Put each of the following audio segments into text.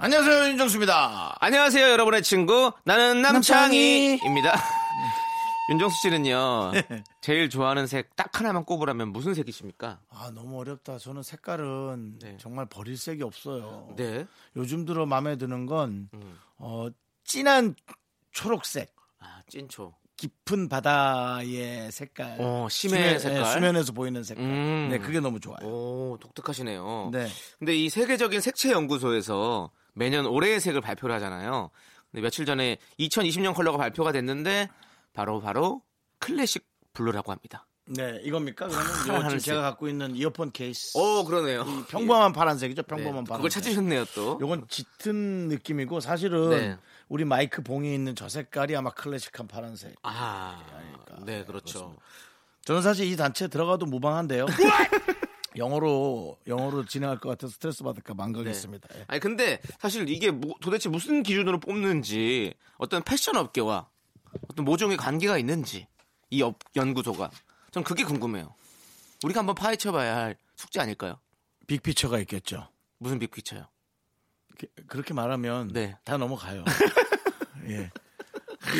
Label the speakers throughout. Speaker 1: 안녕하세요 윤정수입니다.
Speaker 2: 안녕하세요, 여러분의 친구. 나는
Speaker 1: 남창희.
Speaker 2: 남창희입니다. 네. 윤정수 씨는요, 제일 좋아하는 색 딱 하나만 꼽으라면 무슨 색이십니까?
Speaker 1: 아 너무 어렵다. 저는 색깔은
Speaker 2: 네.
Speaker 1: 정말 버릴 색이 없어요.
Speaker 2: 네.
Speaker 1: 요즘 들어 마음에 드는 건 어, 진한 초록색,
Speaker 2: 아, 찐초.
Speaker 1: 깊은 바다의 색깔,
Speaker 2: 어, 심해 색깔.
Speaker 1: 예, 수면에서 보이는 색깔.
Speaker 2: 음. 어.
Speaker 1: 네, 그게 너무 좋아요.
Speaker 2: 오, 독특하시네요.
Speaker 1: 네.
Speaker 2: 근데 이 세계적인 색채 연구소에서 매년 올해의 색을 발표를 하잖아요. 근데 며칠 전에 2020년 컬러가 발표가 됐는데 바로 바로 클래식 블루라고 합니다.
Speaker 1: 네, 이겁니까? 그러면 요
Speaker 2: 파란
Speaker 1: 지금
Speaker 2: 아, 하늘색.
Speaker 1: 제가 갖고 있는 이어폰 케이스.
Speaker 2: 오, 그러네요.
Speaker 1: 이 평범한 파란색이죠.
Speaker 2: 네,
Speaker 1: 평범한 파란색.
Speaker 2: 그걸 찾으셨네요, 또.
Speaker 1: 요건 짙은 느낌이고 사실은
Speaker 2: 네.
Speaker 1: 우리 마이크 봉이 있는 저 색깔이 아마 클래식한 파란색.
Speaker 2: 아, 네, 그렇죠.
Speaker 1: 저는 사실 이 단체에 들어가도 무방한데요. 영어로 영어로 진행할 것 같아서 스트레스 받을까 망각했습니다. 예.
Speaker 2: 아니 근데 사실 이게 뭐- 도대체 무슨 기준으로 뽑는지 어떤 패션 업계와 어떤 모종의 관계가 있는지 이 업- 연구소가 전 그게 궁금해요. 우리가 한번 파헤쳐봐야 할 숙제 아닐까요?
Speaker 1: 빅피처가 있겠죠.
Speaker 2: 무슨 빅피처요?
Speaker 1: 그- 그렇게 말하면
Speaker 2: 네.
Speaker 1: 다 넘어가요. 예.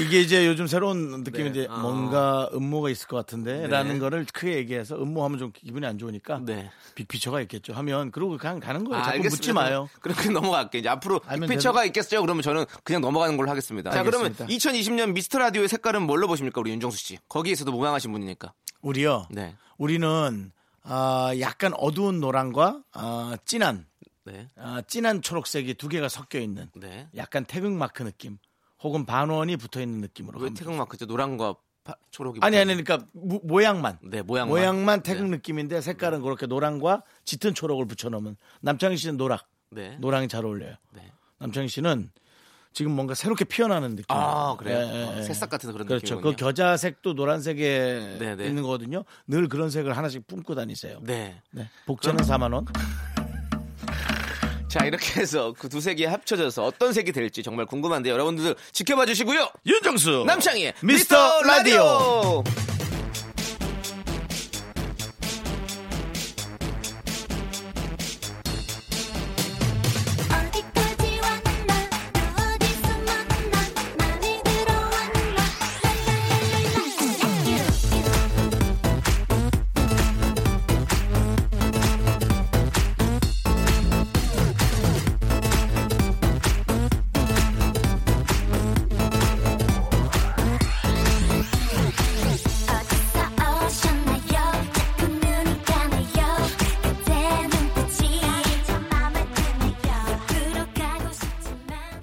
Speaker 1: 이게 이제 요즘 새로운 느낌인데
Speaker 2: 네. 아.
Speaker 1: 뭔가 음모가 있을 것 같은데라는 거를 크게 얘기해서 음모하면 좀 기분이 안 좋으니까
Speaker 2: 네.
Speaker 1: 빅피처가 있겠죠 하면 그러고 그냥 가는 거예요. 아, 자꾸
Speaker 2: 아, 알겠습니다.
Speaker 1: 묻지 마요.
Speaker 2: 그렇게 넘어갈게. 이제 앞으로
Speaker 1: 알면
Speaker 2: 빅피처가 있겠어요? 그러면 저는 그냥 넘어가는 걸로 하겠습니다. 자,
Speaker 1: 알겠습니다.
Speaker 2: 그러면 2020년 미스터 라디오의 색깔은 뭘로 보십니까? 우리 윤정수 씨. 거기에서도 무방하신 분이니까.
Speaker 1: 우리요.
Speaker 2: 네.
Speaker 1: 우리는 아, 약간 어두운 노란과 아, 진한
Speaker 2: 네.
Speaker 1: 아, 진한 초록색이 두 개가 섞여 있는
Speaker 2: 네.
Speaker 1: 약간 태극 마크 느낌 혹은 반원이 붙어 있는 느낌으로
Speaker 2: 왜
Speaker 1: 갑니다.
Speaker 2: 태극마크죠? 노란과 파- 초록이.
Speaker 1: 아니 아니 그러니까 모- 모양만
Speaker 2: 네, 모양만.
Speaker 1: 모양만 태극
Speaker 2: 네.
Speaker 1: 느낌인데 색깔은 그렇게 노랑과 짙은 초록을 붙여 넣으면 남창희 씨는 노락
Speaker 2: 네.
Speaker 1: 노랑이 잘 어울려요.
Speaker 2: 네.
Speaker 1: 남창희 씨는 지금 뭔가 새롭게 피어나는 느낌. 예,
Speaker 2: 아, 그래요? 어, 새싹 같은 그런
Speaker 1: 그렇죠. 그
Speaker 2: 느낌이군요.
Speaker 1: 겨자색도 노란색에
Speaker 2: 네, 네.
Speaker 1: 있는 거거든요. 늘 그런 색을 하나씩 품고 다니세요.
Speaker 2: 네.
Speaker 1: 네. 복제는 4만 원.
Speaker 2: 자, 이렇게 해서 그 두 색이 합쳐져서 어떤 색이 될지 정말 궁금한데 여러분들 지켜봐 주시고요.
Speaker 1: 윤정수
Speaker 2: 남창희의
Speaker 1: 미스터 라디오. 네,
Speaker 2: 라디오.
Speaker 3: 어디까지 왔나 또 어디서 만나 맘에 들어왔나 랄랄랄랄라 어디서 오셨나요 자꾸 눈이 가나요 그대 눈빛이 저 맘에 드나요 옆으로 가고 싶지만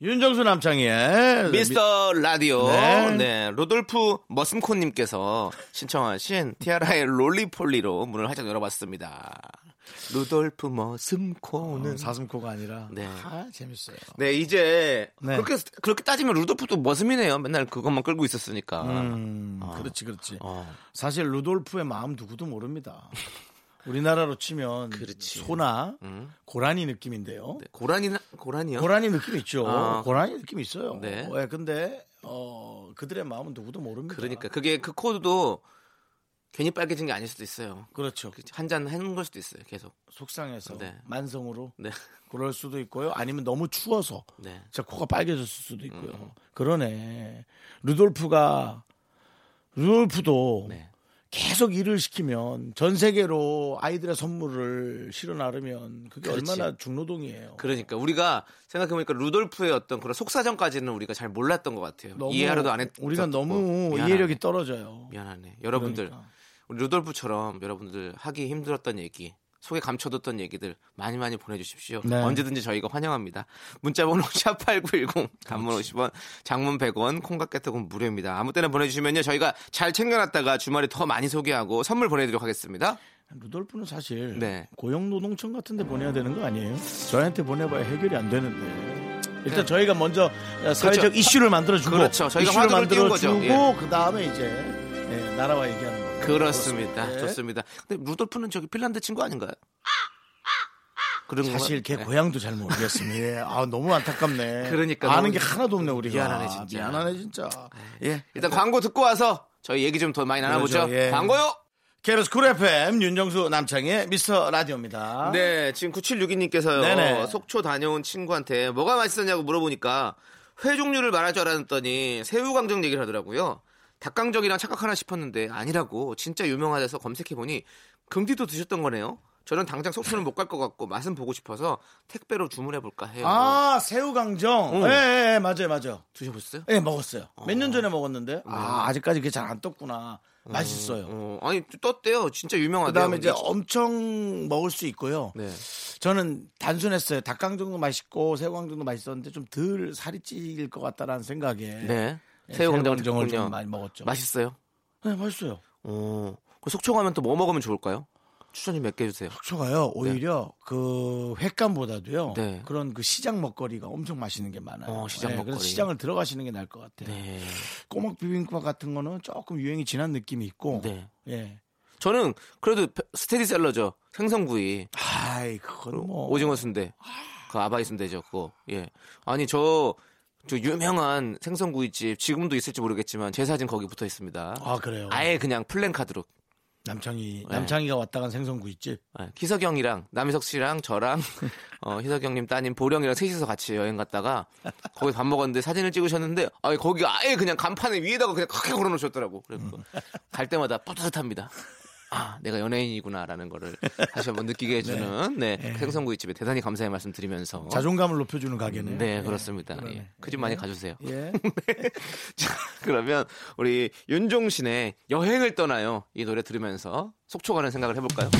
Speaker 1: 윤정수 남창희의
Speaker 2: 미스터 라디오.
Speaker 1: 네.
Speaker 2: 네. 로돌프 머슴코님께서 신청하신 티아라의 롤리폴리로 문을 활짝 열어봤습니다. 로돌프 머슴코는.
Speaker 1: 어, 사슴코가 아니라
Speaker 2: 네.
Speaker 1: 아 재밌어요.
Speaker 2: 네, 이제
Speaker 1: 네.
Speaker 2: 그렇게 그렇게 따지면 루돌프도 머슴이네요. 맨날 그것만 끌고 있었으니까.
Speaker 1: 음, 그렇지 그렇지.
Speaker 2: 어.
Speaker 1: 사실 루돌프의 마음 누구도 모릅니다. 우리나라로 치면
Speaker 2: 그렇지.
Speaker 1: 소나
Speaker 2: 음.
Speaker 1: 고라니 느낌인데요.
Speaker 2: 네, 고라니 고라니요?
Speaker 1: 고라니 느낌 있죠.
Speaker 2: 아.
Speaker 1: 고라니 느낌 있어요.
Speaker 2: 네.
Speaker 1: 예, 근데 어, 그들의 마음은 누구도 모릅니다.
Speaker 2: 그러니까 그게 그 코드도 괜히 빨개진 게 아닐 수도 있어요.
Speaker 1: 그렇죠.
Speaker 2: 한잔 하는 걸 수도 있어요. 계속.
Speaker 1: 속상해서
Speaker 2: 네.
Speaker 1: 만성으로
Speaker 2: 네.
Speaker 1: 그럴 수도 있고요. 아니면 너무 추워서
Speaker 2: 네.
Speaker 1: 제 코가 빨개졌을 수도 있고요. 그러네. 루돌프가 루돌프도
Speaker 2: 네.
Speaker 1: 계속 일을 시키면 전 세계로 아이들의 선물을 실어 나르면 그게
Speaker 2: 그렇지.
Speaker 1: 얼마나 중노동이에요.
Speaker 2: 그러니까 우리가 생각해보니까 루돌프의 어떤 그런 속사정까지는 우리가 잘 몰랐던 것 같아요.
Speaker 1: 너무
Speaker 2: 이해하려도 안 했. 어,
Speaker 1: 우리가 너무 이해력이 떨어져요.
Speaker 2: 미안하네. 여러분들
Speaker 1: 그러니까.
Speaker 2: 우리 루돌프처럼 여러분들 하기 힘들었던 얘기. 속에 감춰뒀던 얘기들 많이 많이 보내주십시오.
Speaker 1: 네.
Speaker 2: 언제든지 저희가 환영합니다. 문자번호 샵8910 단문 50원, 장문 100원, 콩깍개톡은 무료입니다. 아무 때나 보내주시면요. 저희가 잘 챙겨놨다가 주말에 더 많이 소개하고 선물 보내드리도록 하겠습니다.
Speaker 1: 루돌프는 사실
Speaker 2: 네.
Speaker 1: 고용노동청 같은 데 보내야 되는 거 아니에요? 저희한테 보내봐야 해결이 안 되는데. 일단 저희가 먼저 어, 사회적
Speaker 2: 네. 그렇죠.
Speaker 1: 이슈를 만들어주고
Speaker 2: 그렇죠. 저희가
Speaker 1: 이슈를
Speaker 2: 화두를 띄운 거죠.
Speaker 1: 만들어주고 그 다음에 이제 예, 나라와 얘기하는 거예요.
Speaker 2: 그렇습니다.
Speaker 1: 네.
Speaker 2: 좋습니다. 근데 루돌프는 저기 핀란드 친구 아닌가요? 그런 건가?
Speaker 1: 사실 걔
Speaker 2: 네.
Speaker 1: 고향도 잘 모르겠습니다. 예. 아 너무 안타깝네.
Speaker 2: 그러니까
Speaker 1: 아는
Speaker 2: 너무
Speaker 1: 게 하나도 없네 우리가. 아,
Speaker 2: 미안하네, 진짜.
Speaker 1: 미안하네 진짜.
Speaker 2: 예. 일단 광고 듣고 와서 저희 얘기 좀 더 많이 나눠보죠.
Speaker 1: 그러죠, 예.
Speaker 2: 광고요.
Speaker 1: KBS 쿨 FM 윤정수 남창의 미스터 라디오입니다.
Speaker 2: 네, 지금 9762님께서요.
Speaker 1: 아. 네네.
Speaker 2: 속초 다녀온 친구한테 뭐가 맛있었냐고 물어보니까 회 종류를 말할 줄 알았더니 새우강정 얘기를 하더라고요. 닭강정이랑 착각하나 싶었는데 아니라고 진짜 유명하다서 검색해보니 금디도 드셨던 거네요. 저는 당장 속초는 못 갈 것 같고 맛은 보고 싶어서 택배로 주문해볼까 해요.
Speaker 1: 아 새우강정.
Speaker 2: 응.
Speaker 1: 예, 예, 예, 맞아요 맞아요.
Speaker 2: 드셔보셨어요?
Speaker 1: 예 먹었어요.
Speaker 2: 아.
Speaker 1: 몇 년 전에 먹었는데 아 아직까지 그게 잘 안 떴구나. 맛있어요.
Speaker 2: 어, 아니 떴대요. 진짜 유명하대요.
Speaker 1: 그다음에 이제 어-
Speaker 2: 근데
Speaker 1: 엄청 먹을 수 있고요.
Speaker 2: 아, 네.
Speaker 1: 저는 단순했어요. 닭강정도 맛있고 새우강정도 맛있었는데 좀 덜 살이 찔릴 것 같다라는 생각에
Speaker 2: 네.
Speaker 1: 예,
Speaker 2: 새우강정을
Speaker 1: 새우강정을
Speaker 2: 드셨군요.
Speaker 1: 좀 많이 먹었죠.
Speaker 2: 맛있어요.
Speaker 1: 네, 맛있어요.
Speaker 2: 어. 그 속초 가면 또 뭐 먹으면 좋을까요? 추천 좀 몇 개 주세요.
Speaker 1: 속초가요 오히려 그 횟감보다도요
Speaker 2: 네.
Speaker 1: 그런 그 시장 먹거리가 엄청 맛있는 게 많아요.
Speaker 2: 어, 시장
Speaker 1: 예, 그래서
Speaker 2: 먹거리.
Speaker 1: 시장을 들어가시는 게 나을 것 같아요.
Speaker 2: 네.
Speaker 1: 꼬막 비빔밥 같은 거는 조금 유행이 지난 느낌이 있고,
Speaker 2: 네.
Speaker 1: 예,
Speaker 2: 저는 그래도 페- 스테디셀러죠. 생선구이,
Speaker 1: 아이 그건 뭐
Speaker 2: 오징어 순대, 그 아바이 순대죠. 그거. 예. 아니 저. 저 유명한 생선구이집 지금도 있을지 모르겠지만 제 사진 거기 붙어 있습니다.
Speaker 1: 아 그래요.
Speaker 2: 아예 그냥 플랜카드로
Speaker 1: 남창이
Speaker 2: 네.
Speaker 1: 남창이가 왔다 간 생선구이집.
Speaker 2: 예, 희석형이랑 남희석 씨랑 저랑 어, 희석형님 따님 보령이랑 셋이서 같이 여행 갔다가 거기 밥 먹었는데 사진을 찍으셨는데 아, 거기 아예 그냥 간판에 위에다가 그냥 크게 걸어놓으셨더라고. 그래서 갈 때마다 뿌듯합니다. 아, 내가 연예인이구나라는 거를 다시 한번 느끼게 해주는 네, 생선구이집에 대단히 감사의 말씀 드리면서
Speaker 1: 자존감을 높여주는 가게네요.
Speaker 2: 어? 네
Speaker 1: 예,
Speaker 2: 그렇습니다.
Speaker 1: 그러네.
Speaker 2: 예, 그 집 많이 가주세요.
Speaker 1: 예.
Speaker 2: 자, 그러면 우리 윤종신의 여행을 떠나요 이 노래 들으면서 속초 가는 생각을 해볼까요?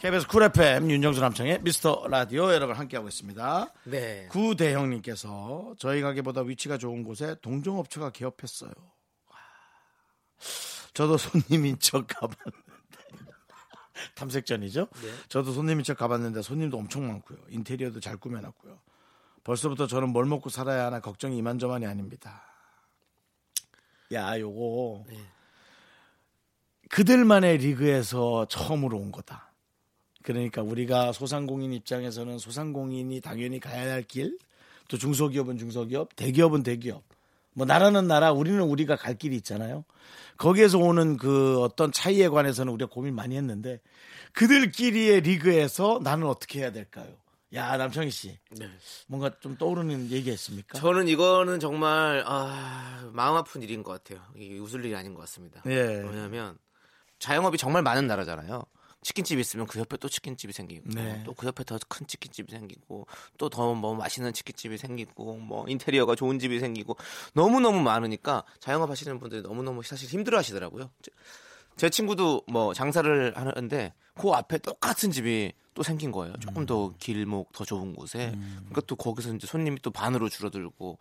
Speaker 1: KBS 쿨 FM 윤정수 남창의 미스터 라디오 여러분 함께하고 있습니다.
Speaker 2: 네.
Speaker 1: 구대형님께서 저희 가게보다 위치가 좋은 곳에 동종업체가 개업했어요. 와. 저도 손님인 척 가봤는데 탐색전이죠. 저도 손님인 척 가봤는데 손님도 엄청 많고요. 인테리어도 잘 꾸며놨고요. 벌써부터 저는 뭘 먹고 살아야 하나 걱정이 이만저만이 아닙니다. 야, 요거 그들만의 리그에서 처음으로 온 거다. 그러니까 우리가 소상공인 입장에서는 소상공인이 당연히 가야 할 길, 또 중소기업은 중소기업, 대기업은 대기업. 뭐 나라는 나라, 우리는 우리가 갈 길이 있잖아요. 거기에서 오는 그 어떤 차이에 관해서는 우리가 고민 많이 했는데 그들끼리의 리그에서 나는 어떻게 해야 될까요? 야 남창희 씨, 뭔가 좀 떠오르는 얘기 있습니까?
Speaker 2: 네. 저는 이거는 정말 아, 마음 아픈 일인 것 같아요. 이게 웃을 일이 아닌 것 같습니다.
Speaker 1: 예.
Speaker 2: 왜냐하면 자영업이 정말 많은 나라잖아요. 치킨집 있으면 그 옆에 또 치킨집이 생기고
Speaker 1: 네.
Speaker 2: 또 그 옆에 더 큰 치킨집이 생기고 또 더 뭐 맛있는 치킨집이 생기고 뭐 인테리어가 좋은 집이 생기고 너무너무 많으니까 자영업 하시는 분들이 너무너무 사실 힘들어 하시더라고요. 제- 제 친구도 뭐 장사를 하는데 그 앞에 똑같은 집이 또 생긴 거예요. 조금 더 길목 더 좋은 곳에. 그러니까 또 거기서 이제 손님이 또 반으로 줄어들고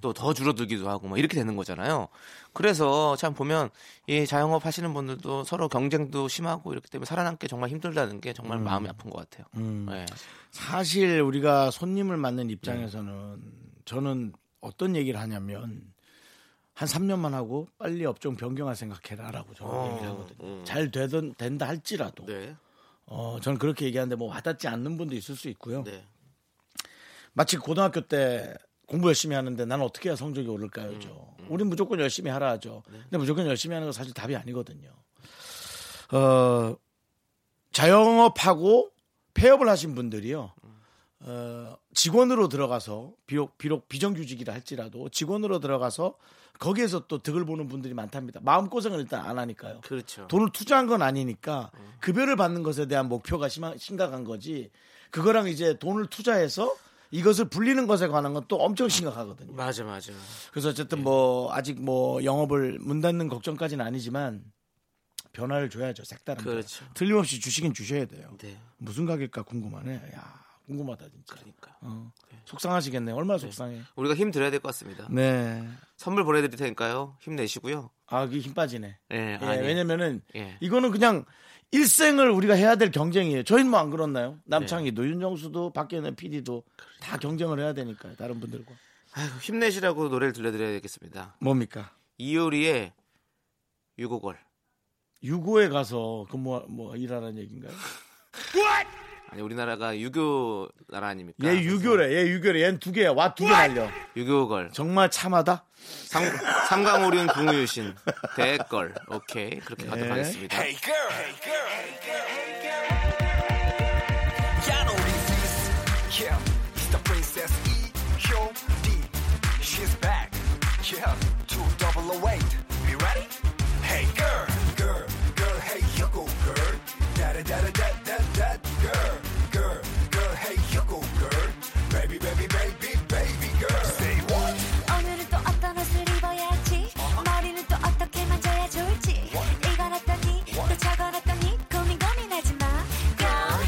Speaker 2: 또 더 줄어들기도 하고 막 이렇게 되는 거잖아요. 그래서 참 보면 이 자영업 하시는 분들도 서로 경쟁도 심하고 이렇기 때문에 살아남기 정말 힘들다는 게 정말 마음이 아픈 것 같아요. 네.
Speaker 1: 사실 우리가 손님을 맞는 입장에서는 저는 어떤 얘기를 하냐면 한 3년만 하고 빨리 업종 변경할 생각해라라고 저는 얘기를 하거든요. 잘 되든 된다 할지라도
Speaker 2: 어, 음. 네.
Speaker 1: 어, 저는 그렇게 얘기하는데 뭐 와닿지 않는 분도 있을 수 있고요.
Speaker 2: 네.
Speaker 1: 마치 고등학교 때 공부 열심히 하는데 난 어떻게 해야 성적이 오를까요죠. 우린 무조건 열심히 하라 하죠. 근데 무조건 열심히 하는 건 사실 답이 아니거든요. 어, 자영업하고 폐업을 하신 분들이요. 어, 직원으로 들어가서 비록 비록 비정규직이라 할지라도 직원으로 들어가서 거기에서 또 득을 보는 분들이 많답니다. 마음 고생을 일단 안 하니까요.
Speaker 2: 그렇죠.
Speaker 1: 돈을 투자한 건 아니니까
Speaker 2: 음.
Speaker 1: 급여를 받는 것에 대한 목표가 심하, 심각한 거지. 그거랑 이제 돈을 투자해서 이것을 불리는 것에 관한 건 또 엄청 심각하거든요.
Speaker 2: 맞아 맞아.
Speaker 1: 그래서
Speaker 2: 예.
Speaker 1: 어쨌든 뭐 아직 뭐 영업을 문 닫는 걱정까지는 아니지만 변화를 줘야죠. 색다른 변화.
Speaker 2: 그렇죠.
Speaker 1: 틀림없이 주시긴 주셔야 돼요.
Speaker 2: 네.
Speaker 1: 무슨 가격일까 궁금하네. 야 궁금하다 진짜.
Speaker 2: 그러니까.
Speaker 1: 어. 속상하시겠네. 얼마나 속상해.
Speaker 2: 우리가 힘 드려야 될 것 같습니다.
Speaker 1: 네.
Speaker 2: 선물 보내드릴 테니까요. 힘내시고요.
Speaker 1: 아, 그게 힘 빠지네.
Speaker 2: 예,
Speaker 1: 예,
Speaker 2: 아니.
Speaker 1: 왜냐면은
Speaker 2: 예.
Speaker 1: 이거는 그냥 일생을 우리가 해야 될 경쟁이에요. 저희는 뭐 안
Speaker 2: 네.
Speaker 1: 그렇나요? 남창희도 윤정수도 박경현 PD도 다
Speaker 2: 그러니까.
Speaker 1: 경쟁을 해야 되니까요. 다른 분들과.
Speaker 2: 아이고, 힘내시라고 노래를 들려드려야겠습니다.
Speaker 1: 뭡니까?
Speaker 2: 이효리의 유고걸.
Speaker 1: 유고에 가서 근무 뭐 일하라는 얘기인가요?
Speaker 2: 아, 아니 우리나라가 유교 나라 아닙니까?
Speaker 1: 얘 예, 유교래. 얘 유교래. 얘는 두 개야. 와 두 개 날려.
Speaker 2: 유교걸.
Speaker 1: 정말 참하다.
Speaker 2: 삼, 삼강오륜 궁우유신. 대걸. 오케이. 그렇게
Speaker 1: 네.
Speaker 2: 가도록 하겠습니다.
Speaker 4: Y'all know this is Yeah, it's the princess E.O.D. She's back. Yeah, two double away. You ready? Hey girl, girl, girl, hey you go girl. Da da da da da da da girl, girl, girl, hey you go girl. Baby, baby, baby, baby girl. Say what?
Speaker 3: 오늘은 또 어떤 옷을 입어야지 머리는 또 어떻게 만져야 좋을지 이건 어떠니 또 저건 어떠니 고민 고민하지 마 Girl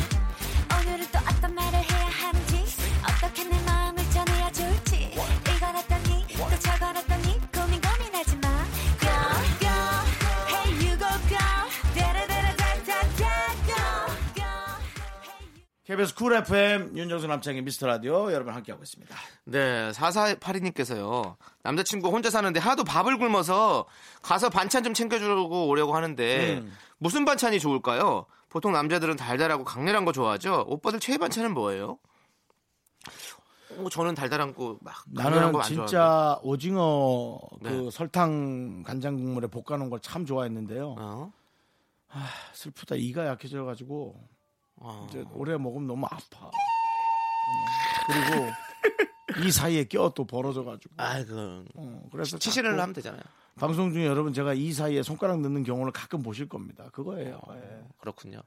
Speaker 3: 오늘은 또 어떤 말을 해야 하는지 어떻게 내 마음을 전해야 좋을지 이건 어떠니 또 저건 어떠니 고민 고민하지 마 Girl Girl Hey you go girl 다라다라다다다 Girl Girl Hey you
Speaker 1: KBS 쿨 FM 윤정수 남창희 미스터 라디오 여러분 함께하고 있습니다.
Speaker 2: 네, 4482님께서요. 남자친구 혼자 사는데 하도 밥을 굶어서 가서 반찬 좀 챙겨주려고 오려고 하는데
Speaker 1: 음.
Speaker 2: 무슨 반찬이 좋을까요? 보통 남자들은 달달하고 강렬한 거 좋아하죠? 오빠들 최애 반찬은 뭐예요? 어, 저는 달달한 거 막. 강렬한
Speaker 1: 나는
Speaker 2: 거안 좋아하는데.
Speaker 1: 진짜 오징어 그
Speaker 2: 네.
Speaker 1: 설탕 간장 국물에 볶아놓은 걸 참 좋아했는데요.
Speaker 2: 어?
Speaker 1: 슬프다 이가 약해져 가지고
Speaker 2: 어.
Speaker 1: 이제 오래 먹으면 너무 아파. 어, 그리고 이 사이에 껴 또 벌어져 가지고. 어.
Speaker 2: 아, 그
Speaker 1: 그래서
Speaker 2: 치실을
Speaker 1: 자꾸
Speaker 2: 하면 되잖아요.
Speaker 1: 방송 중에 여러분 제가 이 사이에 손가락 넣는 경우를 가끔 보실 겁니다. 그거예요.
Speaker 2: 어.
Speaker 1: 예.
Speaker 2: 그렇군요.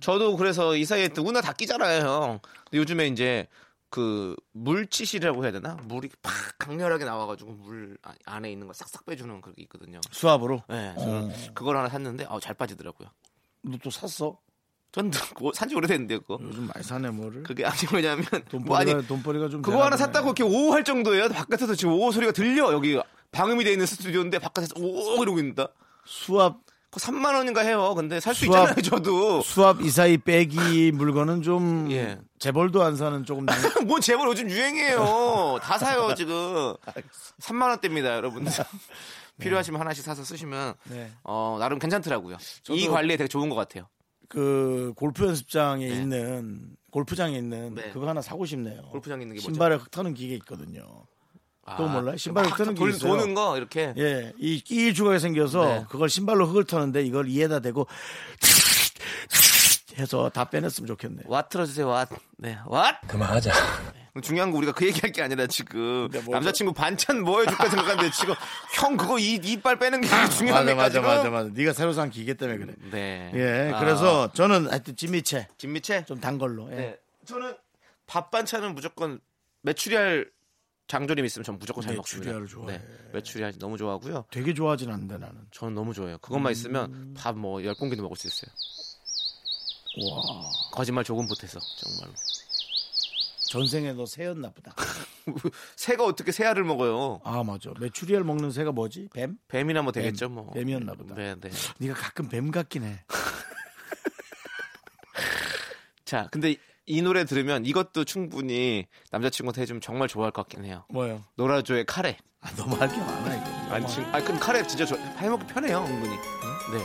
Speaker 2: 저도 그래서 이 사이에 누구나 다 끼잖아요, 형. 근데 요즘에 이제 그 물치실이라고 해야 되나? 물이 팍 강렬하게 나와가지고 물 아- 안에 있는 걸 싹싹 빼주는 그게 있거든요.
Speaker 1: 수압으로.
Speaker 2: 네, 저는 그걸 하나 샀는데 어, 잘 빠지더라고요.
Speaker 1: 너 또 샀어?
Speaker 2: 전 산지 오래됐는데 그거.
Speaker 1: 요즘 많이 사네 뭐를.
Speaker 2: 그게 아니 뭐냐면 뭐
Speaker 1: 음. 돈벌이가
Speaker 2: 아니
Speaker 1: 돈벌이가 좀
Speaker 2: 그거
Speaker 1: 대단하네.
Speaker 2: 하나 샀다고 이렇게 오오 할 정도예요. 바깥에서 지금 오오 소리가 들려. 여기 방음이 돼 있는 스튜디오인데 바깥에서 오오 이러고 있는다.
Speaker 1: 수압
Speaker 2: 그거 3만 뭐 원인가 해요. 근데 살 수
Speaker 1: 수압-
Speaker 2: 있잖아요, 저도.
Speaker 1: 수압 이사이 빼기 물건은 좀
Speaker 2: 예.
Speaker 1: 재벌도 안 사는 조금 남...
Speaker 2: 뭔 재벌 요즘 유행이에요. 다 사요 지금. 3만 원대입니다, 여러분들. 필요하시면 하나씩 사서 쓰시면
Speaker 1: 네.
Speaker 2: 어, 나름 괜찮더라고요. 이
Speaker 1: 저도-
Speaker 2: 관리에 되게 좋은 것 같아요.
Speaker 1: 그 골프 연습장에 있는 골프장에 있는
Speaker 2: 예. 네.
Speaker 1: 그거 하나 사고 싶네요.
Speaker 2: 골프장에 있는 게 뭐죠?
Speaker 1: 신발에 흙 터는 기계 있거든요. 그거 몰라요? 신발
Speaker 2: 아, 막
Speaker 1: 끄는 게
Speaker 2: 돌-
Speaker 1: 있어요.
Speaker 2: 도는 거 이렇게.
Speaker 1: 예, 이 끼 주걱이 생겨서
Speaker 2: 네.
Speaker 1: 그걸 신발로 흙을 터는데 이걸 이에다 대고 해서 다 빼냈으면 좋겠네요.
Speaker 2: 왓 틀어주세요, 왓. 네, 왓.
Speaker 5: 그만하자.
Speaker 2: 중요한 거 우리가 그 얘기할 게 아니라 지금
Speaker 1: 근데 뭐죠?
Speaker 2: 남자친구 반찬 뭐 해줄까 생각하는데 지금 형 그거 이 이빨 빼는 게 중요한 거 뭐?
Speaker 1: 맞아, 맞아, 맞아. 네가 새로 산 기계 때문에 그래.
Speaker 2: 네.
Speaker 1: 예,
Speaker 2: 아,
Speaker 1: 그래서 저는 하여튼 찜미채
Speaker 2: 진미채.
Speaker 1: 좀 단 걸로. 예.
Speaker 2: 네. 저는 밥 반찬은 무조건 메추리알 장조림 있으면 전 무조건 잘 먹습니다.
Speaker 1: 메추리알을 좋아해.
Speaker 2: 네, 메추리알 너무 좋아하고요.
Speaker 1: 되게 좋아하진 않는데 나는.
Speaker 2: 저는 너무 좋아해요. 그것만
Speaker 1: 음.
Speaker 2: 있으면 밥 뭐 열 공기도 먹을 수 있어요.
Speaker 1: 와,
Speaker 2: 거짓말 조금 못해서 정말로.
Speaker 1: 전생에 너 새였나 보다.
Speaker 2: 새가 어떻게 새알을 먹어요?
Speaker 1: 아, 맞아. 메추리알 먹는 새가 뭐지? 뱀?
Speaker 2: 뱀이나 뭐 되겠죠 뭐.
Speaker 1: 뱀이었나 보다.
Speaker 2: 네, 네.
Speaker 1: 네가 가끔 뱀 같긴 해.
Speaker 2: 자, 근데 이 노래 들으면 이것도 충분히 남자친구한테 해주면 정말 좋아할 것 같긴 해요.
Speaker 1: 뭐요?
Speaker 2: 노라조의 카레.
Speaker 1: 아, 너무 할 게 많아 이거.
Speaker 2: 안 친. 아, 근데 카레 진짜 좋아. 해먹기 편해요, 은근히. 네.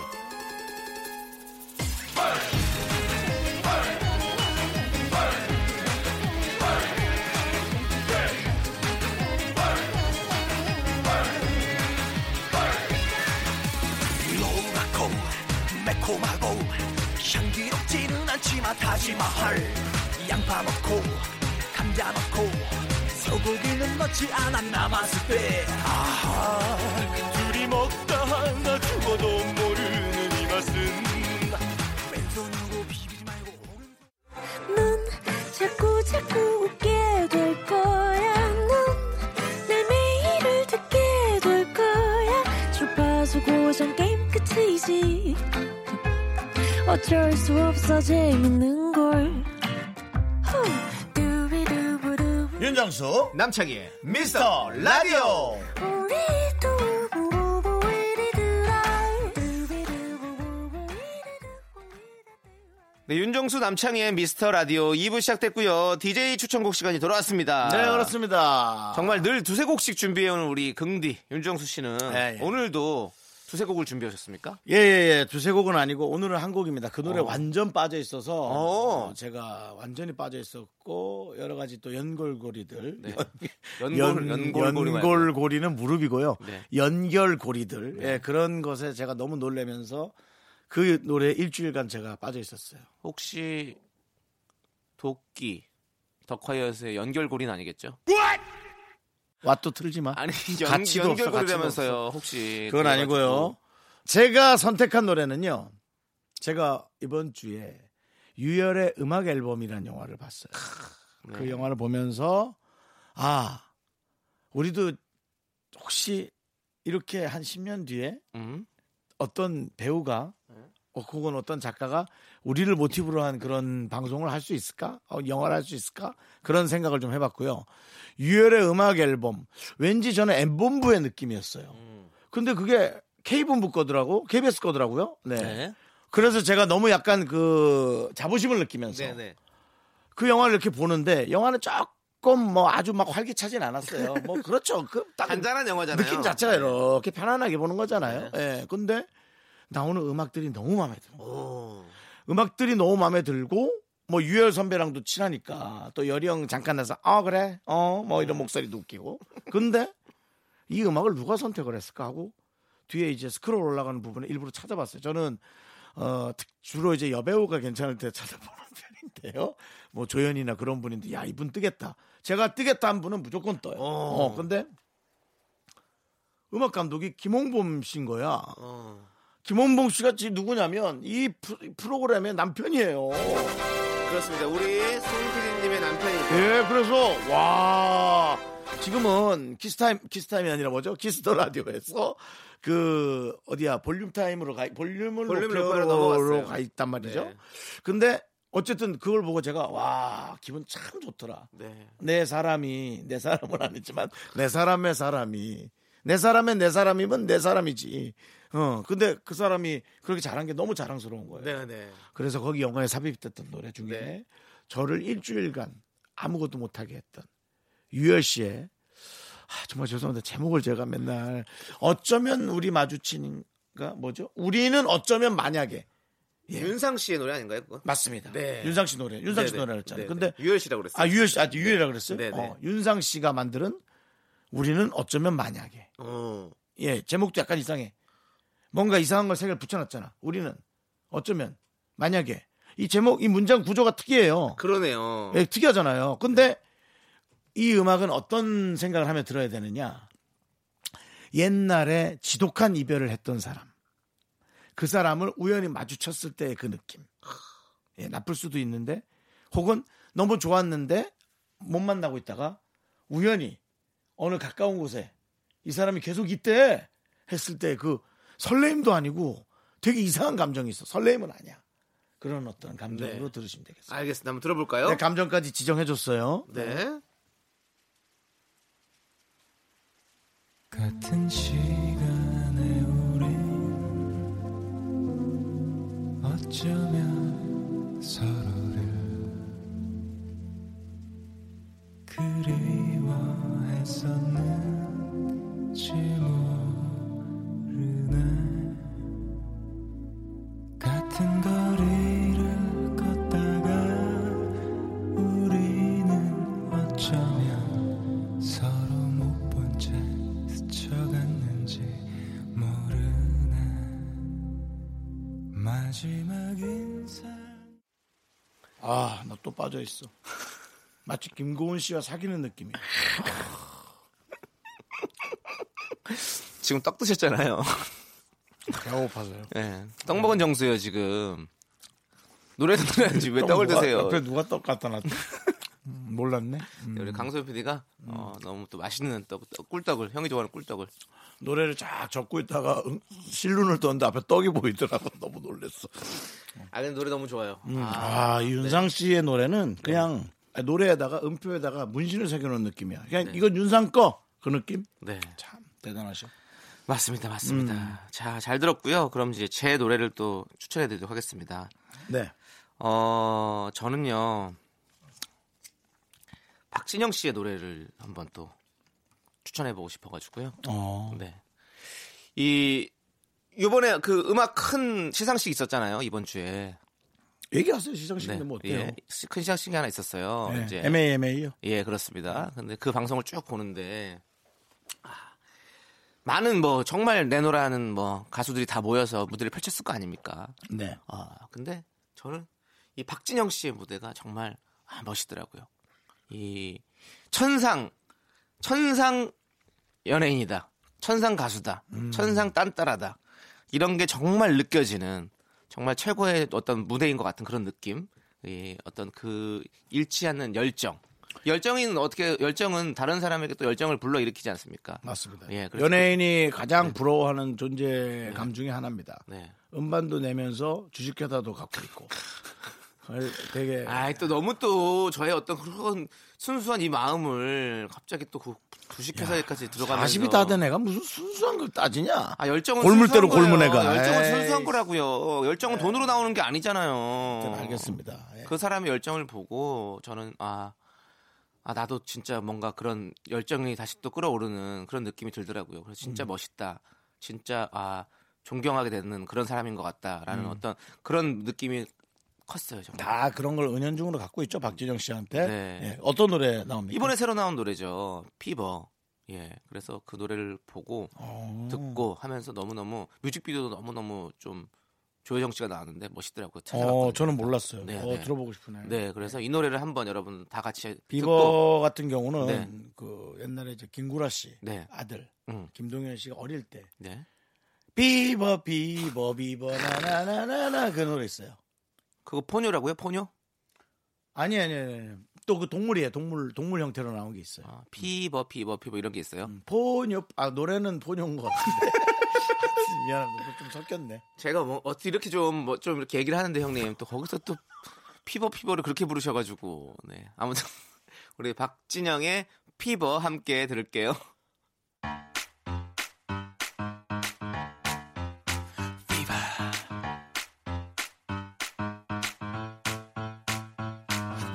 Speaker 4: 노랗고 매콤하고 향기롭지는 않지만 다시마 할 양파 넣고 안 잡았고 소고기는 넣지 않아 남았을 때 아하 둘이 먹다 나 죽어도 모르는 이 맛은 왼손으로 비비지 말고 오른손
Speaker 3: 넌 자꾸 자꾸 웃게 될 거야. 넌내 매일을 듣게 될 거야. 주파수 고정 게임 끝이지. 어쩔 수 없어 재밌는 걸. 후. 두비두부두.
Speaker 5: 윤정수
Speaker 2: 남창희의
Speaker 5: 미스터 라디오
Speaker 3: 우리 두부부부 우리들아. 두비두부부부 우리들아.
Speaker 2: 네, 윤정수 남창희의 미스터 라디오 2부 시작됐고요. DJ 추천곡 시간이 돌아왔습니다.
Speaker 1: 네, 그렇습니다.
Speaker 2: 정말 늘 두세 곡씩 준비해오는 우리 긍디 윤정수 씨는
Speaker 1: 예, 예.
Speaker 2: 오늘도 두세 곡을 준비하셨습니까?
Speaker 1: 예, 예, 예. 두세 곡은 아니고 오늘은 한 곡입니다. 그 노래
Speaker 2: 어.
Speaker 1: 완전 빠져 있어서
Speaker 2: 어.
Speaker 1: 어, 제가 완전히 빠져 있었고 여러 가지 또 연골고리들.
Speaker 2: 네. 연골, 연골고리 말고.
Speaker 1: 고리는 무릎이고요.
Speaker 2: 네.
Speaker 1: 연결고리들. 예, 그런 것에 제가 너무 놀래면서 그 노래 일주일간 제가 빠져 있었어요.
Speaker 2: 혹시 도끼 덕화이엇의 연결고리는 아니겠죠?
Speaker 1: 왓도 틀지 마.
Speaker 2: 아니
Speaker 1: 가치도
Speaker 2: 연결,
Speaker 1: 네. 없어,
Speaker 2: 고리
Speaker 1: 가치도
Speaker 2: 라면서요 혹시
Speaker 1: 그건 아니고요. 제가 선택한 노래는요. 제가 이번 주에 유열의 음악 앨범이라는 영화를 봤어요. 그 영화를 보면서 아 우리도 혹시 이렇게 한 10년 뒤에
Speaker 2: 음?
Speaker 1: 어떤 배우가 어, 혹은 어떤 작가가 우리를 모티브로 한 그런 방송을 할 수 있을까? 어, 영화를 할 수 있을까? 그런 생각을 좀 해봤고요. 유열의 음악 앨범. 왠지 저는 엠본부의 느낌이었어요.
Speaker 2: 음.
Speaker 1: 근데 그게 K본부 거더라고? KBS 거더라고요? 네.
Speaker 2: 네.
Speaker 1: 그래서 제가 너무 약간 그 자부심을 느끼면서
Speaker 2: 네네.
Speaker 1: 그 영화를 이렇게 보는데 영화는 조금 뭐 아주 막 활기차진 않았어요. 뭐 그렇죠. 그딱
Speaker 2: 간단한 영화잖아요. 네.
Speaker 1: 느낌 자체가 이렇게 편안하게 보는 거잖아요. 예. 근데 나오는 음악들이 너무 마음에 들어. 음악들이 너무 마음에 들고 뭐 유열 선배랑도 친하니까 또 열이형 잠깐 나서 아 그래 어 뭐
Speaker 2: 음.
Speaker 1: 이런 목소리도 웃기고 근데 이 음악을 누가 선택을 했을까 하고 뒤에 이제 스크롤 올라가는 부분에 일부러 찾아봤어요. 저는 어, 특- 주로 이제 여배우가 괜찮을 때 찾아보는 편인데요. 뭐 조연이나 그런 분인데 야 이분 뜨겠다. 제가 뜨겠다 한 분은 무조건 떠요. 어, 근데 음악 감독이 김홍범 씨인 거야.
Speaker 2: 어.
Speaker 1: 김홍범 씨가 지 누구냐면 이 프, 프로그램의 남편이에요.
Speaker 2: 그렇습니다. 우리 송PD님의 남편이
Speaker 1: 예, 그래서 와 지금은 키스타임 키스타임이 아니라 뭐죠? 키스더 라디오에서 그 어디야 볼륨 타임으로 가 볼륨을
Speaker 2: 볼륨
Speaker 1: 높여로
Speaker 2: 높여로 넘어갔어요.
Speaker 1: 가 있단 말이죠.
Speaker 2: 네.
Speaker 1: 근데 어쨌든 그걸 보고 제가 와 기분 참 좋더라.
Speaker 2: 네.
Speaker 1: 내 사람이 내 사람은 아니지만 내 사람의 사람이 내 사람의 내 사람이면 내 사람이지. 어 근데 그 사람이 그렇게 잘한 게 너무 자랑스러운 거예요.
Speaker 2: 네네.
Speaker 1: 그래서 거기 영화에 삽입됐던 노래 중에
Speaker 2: 네.
Speaker 1: 저를 일주일간 아무것도 못하게 했던 유열 씨의 아, 정말 죄송한데 제목을 제가 맨날 어쩌면 우리 마주친인가 뭐죠? 우리는 어쩌면 만약에
Speaker 2: 윤상 씨의 노래 아닌가요, 그거?
Speaker 1: 맞습니다.
Speaker 2: 네.
Speaker 1: 윤상 씨 노래, 윤상 씨
Speaker 2: 네네.
Speaker 1: 노래를 했잖아요.
Speaker 2: 네네.
Speaker 1: 근데
Speaker 2: 유열 씨라고 그랬어요.
Speaker 1: 아 유열 씨, 아 유열이라 그랬어요.
Speaker 2: 네네.
Speaker 1: 어, 윤상 씨가 만드는 우리는 어쩌면 만약에
Speaker 2: 어.
Speaker 1: 예 제목도 약간 이상해. 뭔가 이상한 걸 세 개를 붙여놨잖아. 우리는 어쩌면 만약에 이 제목 이 문장 구조가 특이해요.
Speaker 2: 그러네요.
Speaker 1: 예, 특이하잖아요. 근데 이 음악은 어떤 생각을 하며 들어야 되느냐? 옛날에 지독한 이별을 했던 사람, 그 사람을 우연히 마주쳤을 때의 그 느낌. 예, 나쁠 수도 있는데, 혹은 너무 좋았는데 못 만나고 있다가 우연히 어느 가까운 곳에 이 사람이 계속 있대 했을 때 그 설레임도 아니고 되게 이상한 감정이 있어. 설레임은 아니야. 그런 어떤 감정으로
Speaker 2: 네.
Speaker 1: 들으시면 되겠습니다.
Speaker 2: 알겠습니다. 한번 들어볼까요?
Speaker 1: 네, 감정까지 지정해줬어요.
Speaker 2: 네.
Speaker 6: 같은 시간에 우리 어쩌면 서로를 그리워했었는지 모르네 같은 거리를 걷다가 우리는 어쩌면 서로 못 본 채 스쳐갔는지 모르네 마지막 인사
Speaker 1: 아, 나 또 빠져 있어. 마치 김고은 씨와 사귀는 느낌이에요.
Speaker 2: 지금 떡 드셨잖아요.
Speaker 1: 배가 고파서요.
Speaker 2: 예. 떡 먹은 정수예요 지금. 노래도 노래하는지 왜 떡을
Speaker 1: 누가-
Speaker 2: 드세요?
Speaker 1: 옆에 누가 떡 갖다 놨지? 음, 몰랐네. 음.
Speaker 2: 우리 강소연 PD가 어, 너무 또 맛있는 떡, 떡, 꿀떡을 형이 좋아하는 꿀떡을
Speaker 1: 노래를 쫙 적고 있다가 응, 실눈을 떴는데 앞에 떡이 보이더라고. 너무 놀랬어.
Speaker 2: 아 근데 노래 너무 좋아요 네.
Speaker 1: 아, 이 윤상 씨의 노래는 그냥 노래에다가 음표에다가 문신을 새겨놓은 느낌이야. 그냥 이건 윤상 거 그 느낌.
Speaker 2: 네
Speaker 1: 참 대단하셔.
Speaker 2: 맞습니다 맞습니다
Speaker 1: 음.
Speaker 2: 자 잘 들었고요 그럼 이제 제 노래를 또 추천해 드리도록 하겠습니다
Speaker 1: 네.
Speaker 2: 어 저는요 박진영 씨의 노래를 한번 또 추천해 보고 싶어가지고요
Speaker 1: 어.
Speaker 2: 네. 이 요번에 그 음악 큰 시상식 있었잖아요 이번 주에 네.
Speaker 1: 얘기하세요 시상식인데 뭐 어때요?
Speaker 2: 예, 시- 큰 시상식이 하나 있었어요
Speaker 1: 네.
Speaker 2: 이제
Speaker 1: MAMA요.
Speaker 2: 예, 그렇습니다. 근데 그 방송을 쭉 보는데 아, 많은 뭐 정말 내노라는 뭐 가수들이 다 모여서 무대를 펼쳤을 거 아닙니까?
Speaker 1: 네.
Speaker 2: 아, 근데 저는 이 박진영 씨의 무대가 정말 아, 멋있더라고요. 이 천상 천상 연예인이다. 천상 가수다. 천상 딴따라다. 이런 게 정말 느껴지는 정말 최고의 어떤 무대인 것 같은 그런 느낌. 이 어떤 그 일치하는 열정. 열정인 어떻게 열정은 다른 사람에게 또 열정을 불러 일으키지 않습니까?
Speaker 1: 맞습니다.
Speaker 2: 예, 그래서
Speaker 1: 연예인이 가장 부러워하는 존재감 중에 하나입니다.
Speaker 2: 네.
Speaker 1: 음반도 내면서 주식회사도 갖고 있고. 아이, 되게
Speaker 2: 네. 아이 또 너무 또 저의 어떤 그런 순수한 이 마음을 갑자기 또 그 주식회사에까지 들어가면서
Speaker 1: 40이 다 된 애가 무슨 순수한 걸 따지냐?
Speaker 2: 아 열정은
Speaker 1: 골물대로
Speaker 2: 순수한
Speaker 1: 골문
Speaker 2: 거예요.
Speaker 1: 애가.
Speaker 2: 열정은
Speaker 1: 에이. 네.
Speaker 2: 순수한 거라고요 열정은 돈으로 나오는 게 아니잖아요
Speaker 1: 알겠습니다. 예.
Speaker 2: 그 사람의 열정을 보고 저는 아, 아 나도 진짜 뭔가 그런 열정이 다시 또 끌어오르는 그런 느낌이 들더라고요. 그래서
Speaker 1: 음.
Speaker 2: 진짜 멋있다. 진짜 아 존경하게 되는 그런 사람인 것
Speaker 1: 음.
Speaker 2: 같다라는 어떤 그런 느낌이 컸어요. 정말.
Speaker 1: 다 그런 걸 은연중으로 갖고 있죠 박진영 씨한테.
Speaker 2: 네.
Speaker 1: 예, 어떤 노래 나옵니까?
Speaker 2: 이번에 새로 나온 노래죠. 피버. 예. 그래서 그 노래를 보고
Speaker 1: 어.
Speaker 2: 듣고 하면서 너무너무 뮤직비디오도 너무너무 좀 조효정 씨가 나왔는데 멋있더라고요. 그 찾아봤거든요.
Speaker 1: 어, 저는 몰랐어요.
Speaker 2: 네,
Speaker 1: 어,
Speaker 2: 네.
Speaker 1: 들어보고 싶으네요.
Speaker 2: 네. 그래서 이 노래를 한번 여러분 다 같이 듣고
Speaker 1: 비버 같은 경우는
Speaker 2: 네.
Speaker 1: 그 옛날에 이제 김구라 씨
Speaker 2: 네.
Speaker 1: 아들
Speaker 2: 음.
Speaker 1: 김동현 씨가 어릴 때
Speaker 2: 네.
Speaker 1: 비버 비버 비버 나나나나나 그 노래 있어요.
Speaker 2: 그거 포뇨라고요? 포뇨?
Speaker 1: 아니 아니 아니, 아니. 또 그 동물이에요. 동물 동물 형태로 나온 게 있어요.
Speaker 2: 아, 피버 피버 피버 이런 게 있어요.
Speaker 1: 포뇨 아 노래는 포뇨인 것 같은데 미안합니다. 좀 섞였네.
Speaker 2: 제가 뭐 어떻게 이렇게 좀 뭐 좀 이렇게 얘기를 하는데 형님 또 거기서 또 피버 피버를 그렇게 부르셔가지고 네 아무튼 우리 박진영의 피버 함께 들을게요.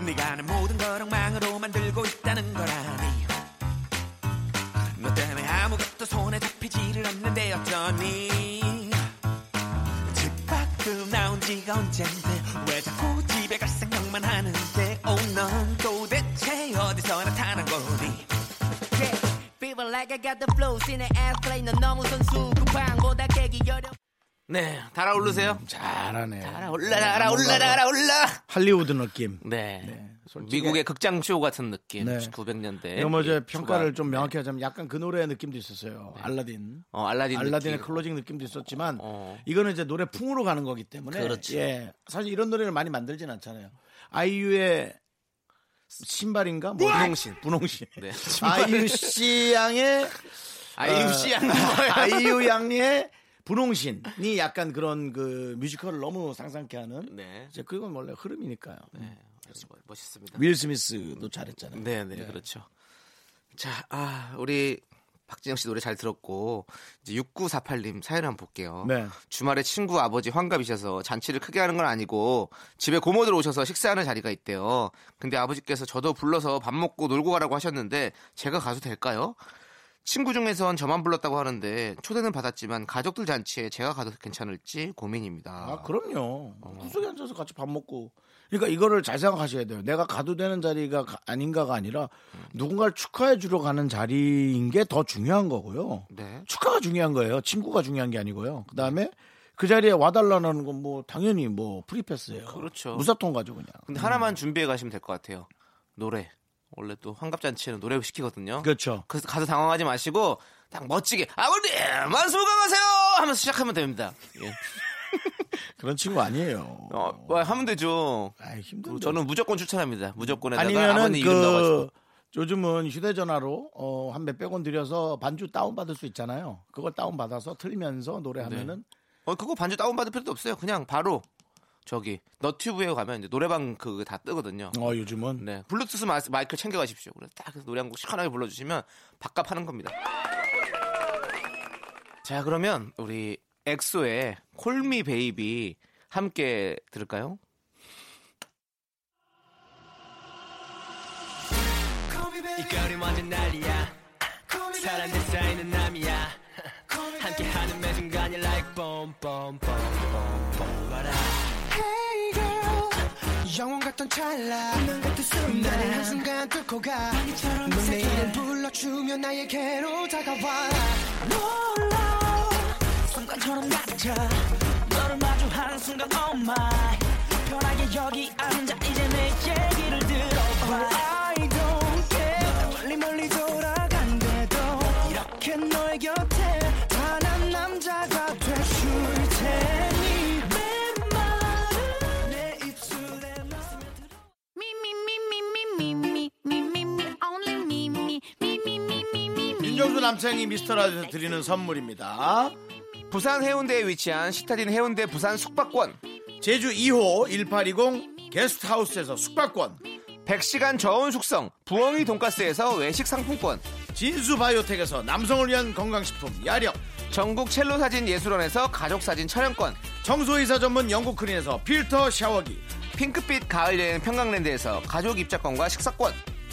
Speaker 7: 네가 내 모든 걸 엉망으로 만들고 있다는 걸 아니 너 때문에 아무것도 손에 잡히지를 않는데 어쩌니 집 밖으로 나온 지가 언젠데 왜 자꾸 집에 갈 생각만 하는데 오넌 도대체 어디서 나타난 거니
Speaker 8: Yeah, People like I got the flow, in the ass play, 넌 너무 선수 쿠팡보다 깨기 어려.
Speaker 2: 네 달아오르세요.
Speaker 1: 잘하네.
Speaker 2: 달아올라 달아올라 달아올라.
Speaker 1: 할리우드 느낌.
Speaker 2: 네. 미국의 극장 쇼 같은 느낌.
Speaker 1: 네.
Speaker 2: 1900년대.
Speaker 1: 이거 뭐 이제
Speaker 2: 초반.
Speaker 1: 평가를 네. 좀 명확히 하자면 약간 그 노래의 느낌도 있었어요. 알라딘.
Speaker 2: 어, 알라딘
Speaker 1: 알라딘의
Speaker 2: 느낌.
Speaker 1: 클로징 느낌도 있었지만
Speaker 2: 어.
Speaker 1: 이거는 이제 노래 풍으로 가는 거기 때문에
Speaker 2: 그렇죠.
Speaker 1: 예. 사실 이런 노래를 많이 만들진 않잖아요. 아이유의 신발인가? 뭐
Speaker 2: 분홍신.
Speaker 1: 분홍신.
Speaker 2: 네.
Speaker 1: 아이유 씨 양의
Speaker 2: 아이유
Speaker 1: 어,
Speaker 2: 씨 하는 거예요.
Speaker 1: 아이유 양의 분홍신이 약간 그런 그 뮤지컬을 너무 상상케 하는
Speaker 2: 네.
Speaker 1: 이제 그건 원래 흐름이니까요.
Speaker 2: 네. 멋있습니다.
Speaker 1: 윌 스미스도 잘했잖아요.
Speaker 2: 네, 네, 그렇죠. 자, 아, 우리 박진영 씨 노래 잘 들었고 이제 6948님 사연 한번 볼게요.
Speaker 1: 네.
Speaker 2: 주말에 친구 아버지 환갑이셔서 잔치를 크게 하는 건 아니고 집에 고모들 오셔서 식사하는 자리가 있대요. 근데 아버지께서 저도 불러서 밥 먹고 놀고 가라고 하셨는데 제가 가도 될까요? 친구 중에선 저만 불렀다고 하는데 초대는 받았지만 가족들 잔치에 제가 가도 괜찮을지 고민입니다.
Speaker 1: 아, 그럼요.
Speaker 2: 어.
Speaker 1: 구석에 앉아서 같이 밥 먹고. 그러니까 이거를 잘 생각하셔야 돼요. 내가 가도 되는 자리가 가- 아닌가가 아니라
Speaker 2: 음.
Speaker 1: 누군가를 축하해 주러 가는 자리인 게 더 중요한 거고요.
Speaker 2: 네.
Speaker 1: 축하가 중요한 거예요. 친구가 중요한 게 아니고요. 그 다음에 그 자리에 와달라는 건 뭐 당연히 뭐 프리패스예요.
Speaker 2: 그렇죠.
Speaker 1: 무사통 가죠 그냥.
Speaker 2: 근데 하나만 준비해 가시면 될 것 같아요. 노래. 원래 또 환갑잔치에는 노래 시키거든요.
Speaker 1: 그렇죠.
Speaker 2: 그래서 가서 당황하지 마시고 딱 멋지게 아버님 만수 건강하세요 하면서 시작하면 됩니다. 예.
Speaker 1: 그런 친구 아니에요.
Speaker 2: 어, 와, 하면 되죠.
Speaker 1: 아, 힘든데.
Speaker 2: 저는 무조건 추천합니다. 무조건에다가
Speaker 1: 아니면은
Speaker 2: 아버님 이름 넣어가지고.
Speaker 1: 그 요즘은 휴대전화로 어, 한 몇백 원 들여서 반주 다운 받을 수 있잖아요. 그걸 다운 받아서 틀면서 노래하면은
Speaker 2: 어, 그거 반주 다운받을 필요도 없어요. 그냥 바로 저기 너튜브에 가면 이제 노래방 그거 다 뜨거든요.
Speaker 1: 어 요즘은
Speaker 2: 네, 블루투스 마, 마이크 챙겨가십시오. 그래서 딱 그래서 노래 한 곡 시원하게 불러주시면 밥값 하는 겁니다. 자, 그러면 우리 엑소의 콜미 베이비 함께 들을까요?
Speaker 7: 이거리 완전 난리야 사람들 사이는 남이야 함께하는 매 순간이 like bomb bomb bomb bomb 봐라 Hey girl 영원 같던 찰나 운명 같은 순간 나를 한순간 뚫고 가 넌내 이름 불러주면 나에게로 다가와 놀라 순간처럼 낮아 너를 마주하는 순간 oh my 편하게 여기 앉아 이제 내 얘기를 들어봐 I don't care 멀리 멀리 돌아간대도 이렇게 너의 곁에 단한 남자가 돼줄 테니 내 말을 내 입술에 넣으면
Speaker 3: Me, me, me, me, me, me, me, me, me, me, only me, me, me, me, me, me, me, me.
Speaker 1: 윤정수 네, 남창이 미스터라디오에서 드리는 선물입니다.
Speaker 2: 부산 해운대에 위치한 시타딘 해운대 부산 숙박권
Speaker 1: 제주 2호 1820 게스트하우스에서 숙박권
Speaker 2: 100시간 저온 숙성 부엉이 돈가스에서 외식 상품권
Speaker 1: 진수 바이오텍에서 남성을 위한 건강식품 야력
Speaker 2: 전국 첼로 사진 예술원에서 가족 사진 촬영권
Speaker 1: 청소이사 전문 영국 크린에서 필터 샤워기
Speaker 2: 핑크빛 가을 여행 평강랜드에서 가족 입장권과 식사권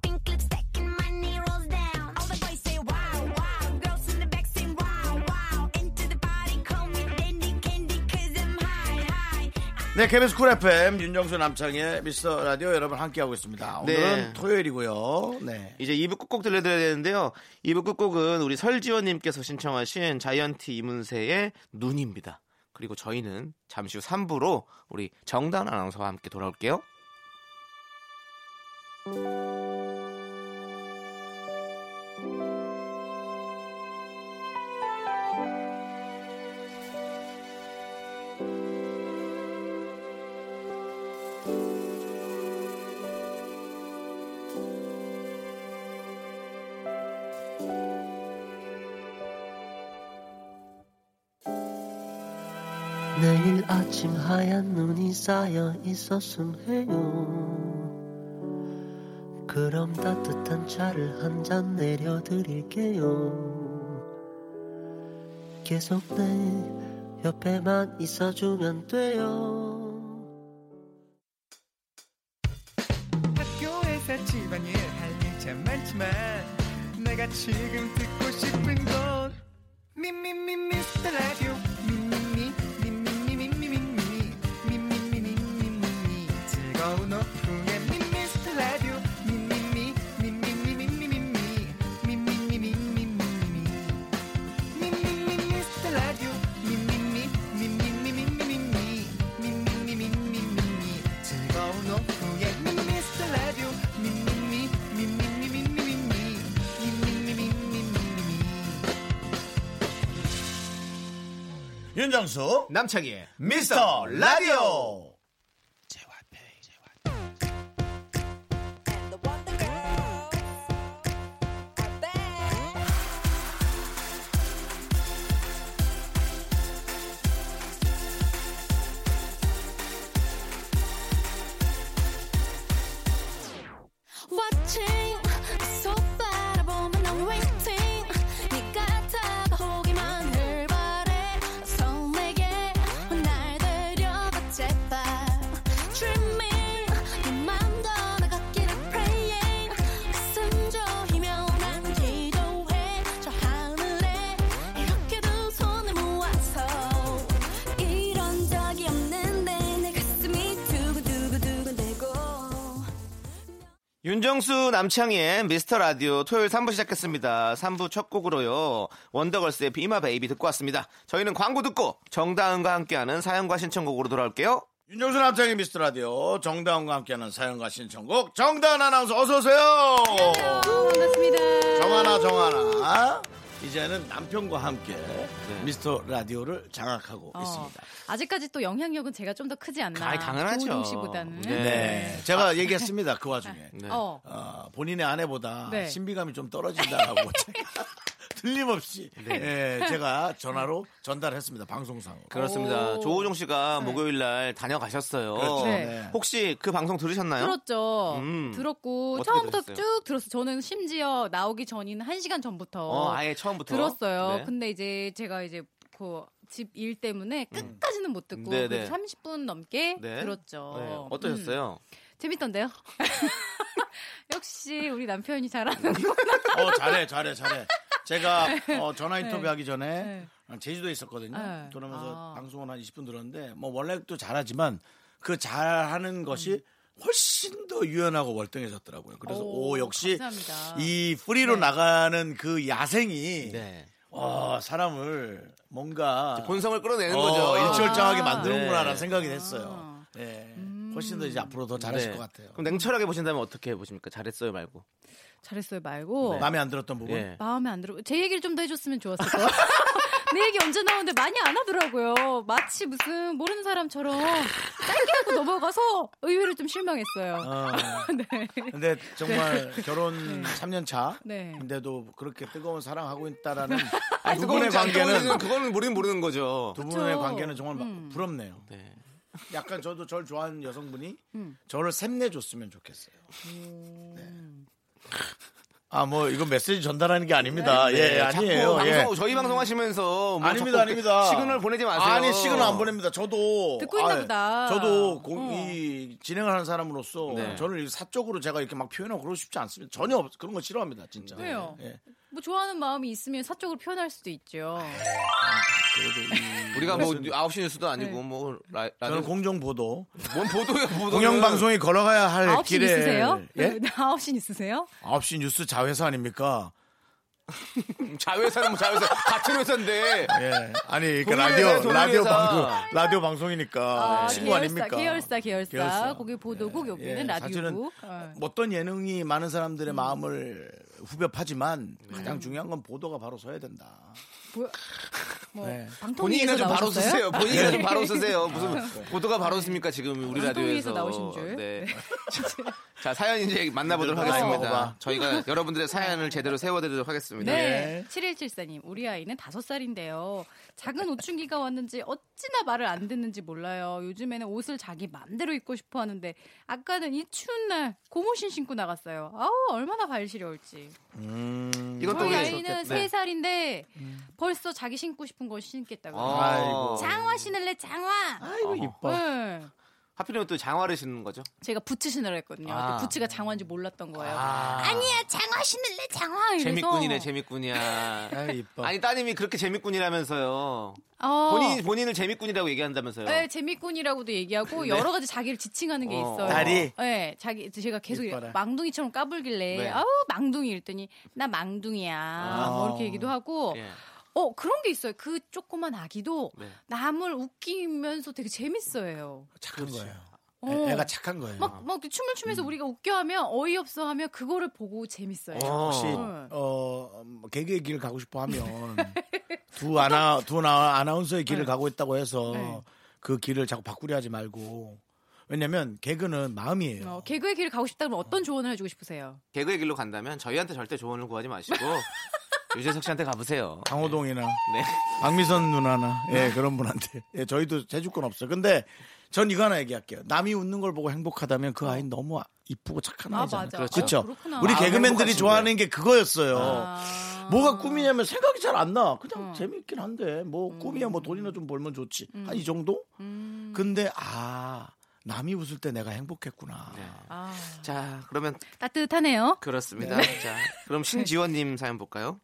Speaker 3: pink lipstick and my knee rolls down. All the boys say wow, wow. Girls in the back say wow, wow. Into the party, call me dandy candy, cause I'm high, high.
Speaker 1: 네 KBS 쿨 FM 윤정수 남창의 미스터 라디오 여러분 함께하고 있습니다 오늘은
Speaker 2: 네.
Speaker 1: 토요일이고요 네.
Speaker 2: 이제 2부 끝곡 들려드려야 되는데요 2부 끝곡은 우리 설지원님께서 신청하신 자이언티 이문세의 눈입니다 그리고 저희는 잠시 후 3부로 우리 정단 아나운서와 함께 돌아올게요
Speaker 9: 내일 아침 하얀 눈이 쌓여 있었음 해요. 그럼 따뜻한 차를 한 잔 내려드릴게요. 계속 내 옆에만 있어주면 돼요.
Speaker 6: 학교에서 집안일 할 일 참 많지만 내가 지금 듣고 싶은 건 미미미 미스터 라디오 미미미 미미미 미미미 미미미 미미미 즐거운 오후에 미스터 라디오 미미미 미미미 미미미 미미미 미미미 미미미 미스터 라디오 미미미 미미미 미미미 미미미 미미미 즐거운 오후에 미스터 라디오 미미미 미미미 미미미 미미미 미미미
Speaker 5: 윤정수
Speaker 2: 남창희의
Speaker 5: 미스터 라디오
Speaker 3: Watching, 속 바라보면 I'm waiting. 네가 다가오기만을 바래. 설레게 날 데려가 제발.
Speaker 2: 윤정수 남창희의 미스터 라디오 토요일 3부 시작했습니다. 3부 첫 곡으로요. 원더걸스의 비마 베이비 듣고 왔습니다. 저희는 광고 듣고 정다은과 함께하는 사연과 신청곡으로 돌아올게요.
Speaker 1: 윤정수 남창의 미스터 라디오 정다운과 함께하는 사연과 신청곡 정다운 아나운서 어서 오세요.
Speaker 10: 반갑습니다.
Speaker 1: 정하나 정하나 이제는 남편과 함께 미스터 라디오를 장악하고
Speaker 10: 어,
Speaker 1: 있습니다.
Speaker 10: 아직까지 또 영향력은 제가 좀 더 크지 않나.
Speaker 1: 아이,
Speaker 10: 조우종 씨보다는.
Speaker 1: 네. 제가 얘기했습니다. 그 와중에.
Speaker 10: 어.
Speaker 1: 어, 본인의 아내보다
Speaker 10: 네.
Speaker 1: 신비감이 좀 떨어진다라고 제가 틀림없이
Speaker 2: 네.
Speaker 1: 예, 제가 전화로 전달했습니다. 방송상.
Speaker 2: 그렇습니다. 조우종
Speaker 10: 네.
Speaker 2: 씨가 목요일 날 다녀가셨어요.
Speaker 1: 그렇죠. 네.
Speaker 2: 혹시 그 방송 들으셨나요?
Speaker 10: 그렇죠. 들었죠.
Speaker 2: 음.
Speaker 10: 들었고
Speaker 2: 어떻게
Speaker 10: 처음부터
Speaker 2: 들었어요?
Speaker 10: 쭉 들었어요. 저는 심지어 나오기 전인 한 시간 전부터
Speaker 2: 어, 아예 처음부터?
Speaker 10: 들었어요.
Speaker 2: 네.
Speaker 10: 근데 이제 제가 이제 그 집 일 때문에 끝까지는 못 듣고
Speaker 2: 네,
Speaker 10: 그래도
Speaker 2: 네.
Speaker 10: 30분 넘게
Speaker 2: 네.
Speaker 10: 들었죠.
Speaker 2: 네.
Speaker 10: 음.
Speaker 2: 어떠셨어요?
Speaker 10: 재밌던데요. 역시 우리 남편이 잘하는 거.
Speaker 1: 어, 잘해, 잘해, 잘해. 제가 어, 전화
Speaker 10: 네.
Speaker 1: 인터뷰 하기 전에 제주도에 있었거든요.
Speaker 10: 네.
Speaker 1: 그러면서 방송을 한 20분 들었는데 뭐 원래 또 잘하지만 그 잘하는 것이
Speaker 10: 음.
Speaker 1: 훨씬 더 유연하고 월등해졌더라고요. 그래서 오, 역시
Speaker 10: 감사합니다.
Speaker 1: 이 프리로
Speaker 10: 네.
Speaker 1: 나가는 그 야생이 어, 사람을 뭔가
Speaker 2: 네. 본성을 끌어내는
Speaker 1: 어,
Speaker 2: 거죠.
Speaker 1: 일철장하게
Speaker 2: 아.
Speaker 1: 만드는구나라는
Speaker 2: 네.
Speaker 1: 생각이 됐어요.
Speaker 10: 아.
Speaker 1: 예.
Speaker 10: 음.
Speaker 1: 훨씬 더 이제 앞으로 더 잘하실
Speaker 2: 네.
Speaker 1: 것 같아요.
Speaker 2: 그럼 냉철하게 보신다면 어떻게 보십니까? 잘했어요 말고.
Speaker 10: 잘했어요 말고
Speaker 1: 마음에 안 들었던 부분.
Speaker 2: 예.
Speaker 10: 마음에 안 들어. 제 얘기를 좀 더 해줬으면 좋았을 거야. 내 얘기 언제 나오는데 많이 안 하더라고요. 마치 무슨 모르는 사람처럼 짧게 하고 넘어가서 의외로 좀 실망했어요.
Speaker 1: 어.
Speaker 10: 네.
Speaker 1: 근데 정말 결혼 3년 차
Speaker 10: 네.
Speaker 1: 근데도 그렇게 뜨거운 사랑하고
Speaker 2: 네.
Speaker 1: 있다라는
Speaker 2: 아니,
Speaker 1: 두 분의
Speaker 2: 뜨거운지 안 뜨거운지는
Speaker 1: 관계는
Speaker 2: 그거는 우리는 모르는 거죠.
Speaker 1: 두 분의
Speaker 10: 그쵸.
Speaker 1: 관계는 정말
Speaker 2: 음.
Speaker 1: 부럽네요. 약간 저도 절 좋아하는 여성분이
Speaker 2: 음.
Speaker 1: 저를 샘내줬으면 좋겠어요. 아 뭐 이건 메시지 전달하는 게 아닙니다. 예 아니에요.
Speaker 2: 네, 자꾸
Speaker 1: 예.
Speaker 2: 방송, 저희 방송 하시면서 뭐
Speaker 1: 아닙니다,
Speaker 2: 자꾸
Speaker 1: 아닙니다.
Speaker 2: 시그널 보내지 마세요.
Speaker 1: 아니 시그널 안 보냅니다. 저도
Speaker 10: 듣고 있나
Speaker 1: 아,
Speaker 10: 보다.
Speaker 1: 저도
Speaker 2: 어.
Speaker 1: 공- 이 진행을 하는 사람으로서
Speaker 2: 네.
Speaker 1: 저는 이 사적으로 제가 이렇게 막 표현하고 그러고 싶지 않습니다. 전혀 없- 그런 거 싫어합니다, 진짜.
Speaker 10: 왜요?
Speaker 1: 예.
Speaker 10: 뭐 좋아하는 마음이 있으면 사적으로 표현할 수도 있죠.
Speaker 1: 그래도 이-
Speaker 2: 우리가 뭐
Speaker 1: 무슨-
Speaker 2: 9시 뉴스도 아니고 뭐 라,
Speaker 1: 저는
Speaker 2: 라디오
Speaker 1: 공정 보도,
Speaker 2: 뭔 보도예요, 보도.
Speaker 1: 그 공영 방송이 걸어가야 할
Speaker 10: 아홉 신
Speaker 1: 네, 길에
Speaker 10: 있으세요? 네,
Speaker 1: 예?
Speaker 10: 아홉 신 있으세요?
Speaker 1: 9시 뉴스 자회사 아닙니까?
Speaker 2: 자회사는 뭐 자회사 같은 회사인데.
Speaker 1: 예. 아니 그
Speaker 2: 동일
Speaker 1: 라디오
Speaker 2: 회사,
Speaker 1: 라디오
Speaker 2: 동일 회사.
Speaker 1: 방송 라디오
Speaker 10: 아,
Speaker 1: 방송이니까 아, 친구
Speaker 10: 계열사,
Speaker 1: 아닙니까?
Speaker 10: 계열사, 계열사,
Speaker 1: 계열사.
Speaker 10: 거기 보도국, 여기는
Speaker 1: 예,
Speaker 10: 라디오국.
Speaker 1: 사실은
Speaker 10: 어.
Speaker 1: 어떤 예능이 많은 사람들의 마음을 후벼파지만
Speaker 10: 음.
Speaker 1: 가장 중요한 건 보도가 바로 서야 된다.
Speaker 10: 뭐, 뭐
Speaker 1: 네.
Speaker 2: 본인이나
Speaker 10: 방통위에서
Speaker 2: 좀 바로 쓰세요.
Speaker 10: 나오셨어요? 네. 아.
Speaker 2: 본인이나 좀 바로 쓰세요. 무슨 보도가 바로 씁니까 지금 우리 라디오에서.
Speaker 10: 방통위에서 나오신 줄.
Speaker 2: 네. 자 사연 이제 만나보도록
Speaker 1: 힘들다,
Speaker 2: 하겠습니다.
Speaker 1: 이거.
Speaker 2: 저희가 여러분들의 사연을 제대로 세워드리도록 하겠습니다. 예.
Speaker 10: 네. 7174님, 우리 아이는 다섯 살인데요. 작은 오춘기가 왔는지 어찌나 말을 안 듣는지 몰라요. 요즘에는 옷을 자기 맘대로 입고 싶어 하는데, 아까는 이 추운 날 고무신 신고 나갔어요. 아우, 얼마나 발 시려울지.
Speaker 1: 음.
Speaker 2: 이것도
Speaker 10: 저희
Speaker 2: 우리
Speaker 10: 아이는
Speaker 2: 네. 음.
Speaker 10: 세 살인데, 벌써 자기 신고 싶은 거 신겠다고. 요
Speaker 2: 아이고. 어.
Speaker 10: 장화 신을래, 장화!
Speaker 1: 아이고 이뻐.
Speaker 10: 네.
Speaker 2: 하필이면 또 장화를 신는 거죠.
Speaker 10: 제가 부츠 신으라 했거든요.
Speaker 2: 아.
Speaker 10: 근데 부츠가 장화인지 몰랐던 거예요.
Speaker 2: 아.
Speaker 10: 아. 니야 장화 신을래, 장화! 이래서.
Speaker 2: 재밌군이네 재밌군이야.
Speaker 1: 아 이뻐.
Speaker 2: 아니 따님이 그렇게 재밌군이라면서요.
Speaker 10: 어.
Speaker 2: 본인 본인을 재밌군이라고 얘기한다면서요. 네.
Speaker 10: 네, 재미꾼이라고도 얘기하고 여러 가지 자기를 지칭하는 게
Speaker 2: 어.
Speaker 10: 있어요.
Speaker 1: 딸이?
Speaker 10: 네, 자기 제가 계속
Speaker 1: 이뻐라.
Speaker 10: 망둥이처럼 까불길래
Speaker 2: 네. 아.
Speaker 10: 아우 망둥이 이랬더니 나 망둥이야 뭐 이렇게 얘기도 하고
Speaker 2: 예.
Speaker 10: 어 그런 게 있어요. 그 조그만 아기도
Speaker 2: 네.
Speaker 10: 남을 웃기면서 되게 재밌어요.
Speaker 1: 착한 거예요.
Speaker 10: 어.
Speaker 1: 애- 애가 착한 거예요.
Speaker 10: 막, 막 춤을 추면서
Speaker 2: 음.
Speaker 10: 우리가 웃겨하면 어이없어 하면 그거를 보고 재밌어요.
Speaker 2: 어.
Speaker 1: 혹시
Speaker 10: 어.
Speaker 1: 어 음, 개그의 길을 가고 싶어 하면 두 아나 두 나, 아나운서의 길을
Speaker 10: 네.
Speaker 1: 가고 있다고 해서
Speaker 10: 네.
Speaker 1: 그 길을 자꾸 바꾸려 하지 말고 왜냐면 개그는 마음이에요.
Speaker 10: 어, 개그의 길을 가고 싶다 그러면 어떤 조언을 해주고 싶으세요?
Speaker 2: 개그의 길로 간다면 저희한테 절대 조언을 구하지 마시고 유재석 씨한테 가보세요.
Speaker 1: 강호동이나
Speaker 2: 네.
Speaker 1: 박미선 누나나
Speaker 10: 네.
Speaker 1: 예 그런 분한테 예 저희도 재주권 없어요. 근데 전 이거 하나 얘기할게요. 남이 웃는 걸 보고 행복하다면 그 아이는 너무 이쁘고 착한
Speaker 10: 아,
Speaker 1: 아이잖아요.
Speaker 10: 맞아.
Speaker 1: 그렇죠.
Speaker 10: 아, 그렇구나.
Speaker 1: 우리
Speaker 10: 아,
Speaker 1: 개그맨들이
Speaker 2: 행복하신
Speaker 1: 좋아하는 게 그거였어요.
Speaker 10: 아.
Speaker 1: 뭐가 꿈이냐면 생각이 잘 안 나.
Speaker 2: 어.
Speaker 1: 그냥 재밌긴 한데 뭐
Speaker 2: 음.
Speaker 1: 꿈이야 뭐 돈이나 좀 벌면 좋지. 한 이 정도?
Speaker 10: 음,
Speaker 1: 근데 아 남이 웃을 때 내가 행복했구나.
Speaker 2: 네.
Speaker 10: 아,
Speaker 2: 자 그러면
Speaker 10: 따뜻하네요.
Speaker 2: 그렇습니다. 자, 그럼 신지원님 사연 볼까요?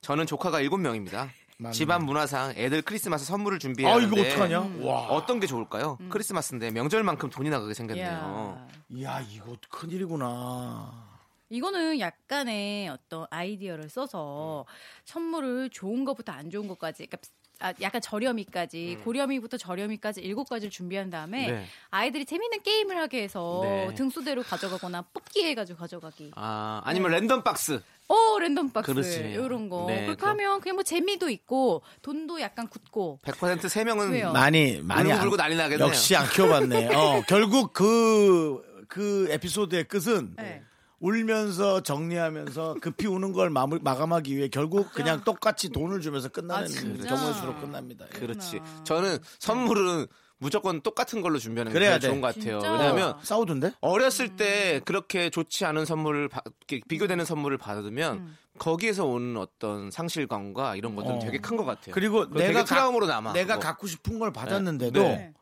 Speaker 2: 저는 조카가 일곱 명입니다 집안 문화상 애들 크리스마스 선물을 준비해야
Speaker 1: 아, 이거
Speaker 2: 하는데
Speaker 1: 어떡하냐?
Speaker 2: 음.
Speaker 1: 와.
Speaker 2: 어떤 게 좋을까요? 크리스마스인데 명절만큼 돈이 나가게 생겼네요.
Speaker 1: 이야, 이거 큰일이구나.
Speaker 2: 어.
Speaker 10: 이거는 약간의 어떤 아이디어를
Speaker 2: 음.
Speaker 10: 써서 선물을 좋은 것부터 안 좋은 것까지 그러니까 아, 약간 저렴이까지 고렴이부터 저렴이까지 일곱 가지를 준비한 다음에
Speaker 2: 음. 네.
Speaker 10: 아이들이 재밌는 게임을 하게 해서
Speaker 2: 네.
Speaker 10: 등수대로 가져가거나 뽑기 해가지고 가져가기.
Speaker 2: 아, 아니면 랜덤 박스.
Speaker 10: 어 랜덤 박스
Speaker 2: 그렇지.
Speaker 10: 이런 거
Speaker 2: 네,
Speaker 10: 그렇게
Speaker 2: 그럼.
Speaker 10: 하면 그냥 뭐 재미도 있고 돈도 약간 굳고
Speaker 2: 100%세 명은
Speaker 10: 왜요?
Speaker 1: 많이 많이
Speaker 2: 울고
Speaker 1: 안-
Speaker 2: 불고 난리 나겠네요.
Speaker 1: 역시 안 키워봤네. 어, 결국 그, 그 에피소드의 끝은
Speaker 2: 네.
Speaker 1: 울면서 정리하면서 급히 우는 걸 마무, 마감하기 위해 결국 그냥 똑같이 돈을 주면서 끝나는
Speaker 2: 아. 진짜?
Speaker 1: 경우의 수로 끝납니다. 예.
Speaker 2: 그렇지. 저는 선물은 무조건 똑같은 걸로 준비하는 게
Speaker 1: 그래야
Speaker 2: 제일 좋은
Speaker 1: 돼.
Speaker 2: 것 같아요.
Speaker 1: 진짜.
Speaker 2: 왜냐하면
Speaker 1: 어. 싸우던데?
Speaker 2: 어렸을 때
Speaker 10: 음.
Speaker 2: 그렇게 좋지 않은 선물을 받, 이렇게 비교되는 선물을 받으면
Speaker 10: 음.
Speaker 2: 거기에서 오는 어떤 상실감과 이런 것들은
Speaker 1: 어.
Speaker 2: 되게 큰 것 같아요.
Speaker 1: 그리고
Speaker 2: 예. 그거 되게
Speaker 1: 내가 가-
Speaker 2: 트라우마로 남아. 뭐.
Speaker 1: 내가
Speaker 2: 그거. 예.
Speaker 1: 갖고 싶은 걸 받았는데도
Speaker 2: 네.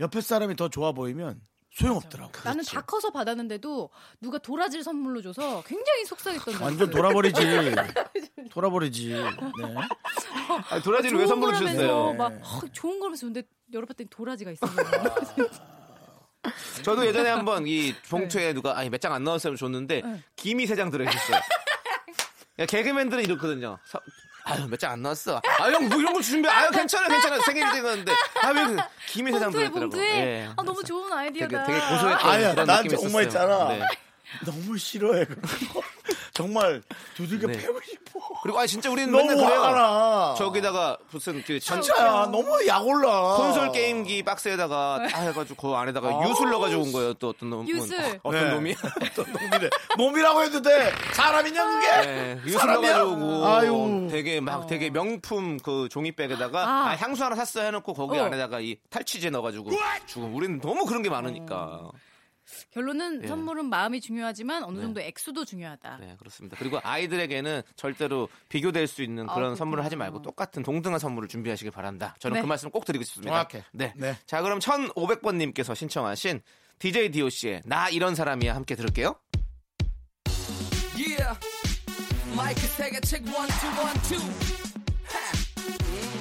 Speaker 1: 옆에 사람이 더 좋아 보이면 소용없더라고.
Speaker 10: 나는
Speaker 2: 그렇죠.
Speaker 10: 다 커서 받았는데도 누가 도라지를 선물로 줘서 굉장히 속상했던 적이
Speaker 1: 완전
Speaker 10: 있어요.
Speaker 1: 돌아버리지. 돌아버리지. 네.
Speaker 2: 아, 도라지를 왜
Speaker 10: 좋은
Speaker 2: 선물로
Speaker 10: 거라면서
Speaker 2: 주셨어요? 네.
Speaker 10: 막 헉, 좋은 거라면서 근데 열어봤더니 도라지가 있었어요.
Speaker 2: 저도 예전에 한번 이
Speaker 10: 네.
Speaker 2: 봉투에 누가 아니 몇 장 안 넣었으면 줬는데 김이 세 장 들어있었어요. 야, 개그맨들은 이렇거든요. 서- 아유 몇 장 안 넣었어. 아형뭐 이런 거 준비. 아유 괜찮아 괜찮아 생일 되는데 아왜 그 김이 세 장
Speaker 10: 봉투에
Speaker 2: 들어있더라고. 예.
Speaker 10: 봉투에 아 너무 좋은
Speaker 2: 되게
Speaker 10: 아이디어다.
Speaker 2: 되게 고소했던
Speaker 1: 아니야,
Speaker 2: 그런
Speaker 1: 난
Speaker 2: 느낌이
Speaker 1: 정말
Speaker 2: 있었어요. 네.
Speaker 1: 있잖아. 너무 싫어해. 그런 거. 정말 두들겨
Speaker 2: 네.
Speaker 1: 패고 싶어.
Speaker 2: 그리고 아 진짜 우리는
Speaker 1: 너무
Speaker 2: 맨날 그래요.
Speaker 1: 화가 나.
Speaker 2: 저기다가 무슨 그 전-
Speaker 1: 진짜야. 너무 약 올라.
Speaker 2: 콘솔 게임기 박스에다가 다 해가지고 그 안에다가 유술 넣어가지고 온 거예요. 또 어떤 놈
Speaker 1: 네.
Speaker 2: 뭐,
Speaker 1: 유술.
Speaker 2: 어떤
Speaker 1: 네.
Speaker 2: 놈이
Speaker 1: 몸이래. 몸이라고 해도 돼. 사람이냐 그게?
Speaker 2: 네, 유술
Speaker 1: 사람이야?
Speaker 2: 넣어가지고
Speaker 1: 아유.
Speaker 2: 되게 막 되게 명품 그 종이백에다가
Speaker 1: 어. 아.
Speaker 2: 아, 향수 하나 샀어 해놓고 거기
Speaker 10: 어.
Speaker 2: 안에다가 이 탈취제 넣어가지고 죽음. 우리는 너무 그런 게 많으니까.
Speaker 10: 결론은
Speaker 2: 예.
Speaker 10: 선물은 마음이 중요하지만 어느
Speaker 2: 네.
Speaker 10: 정도 액수도 중요하다.
Speaker 2: 네 그렇습니다. 그리고 아이들에게는 절대로 비교될 수 있는
Speaker 10: 아,
Speaker 2: 그런 선물을 하지 말고 똑같은 동등한 선물을 준비하시길 바란다. 저는
Speaker 10: 네.
Speaker 2: 그 말씀 꼭 드리고 싶습니다.
Speaker 1: 정확해.
Speaker 2: 네. 자 그럼 1,500번님께서 신청하신 DJ DOC의 나 이런 사람이야 함께 들을게요.
Speaker 11: Yeah. 마이크 세게 책 one two one two. Ha.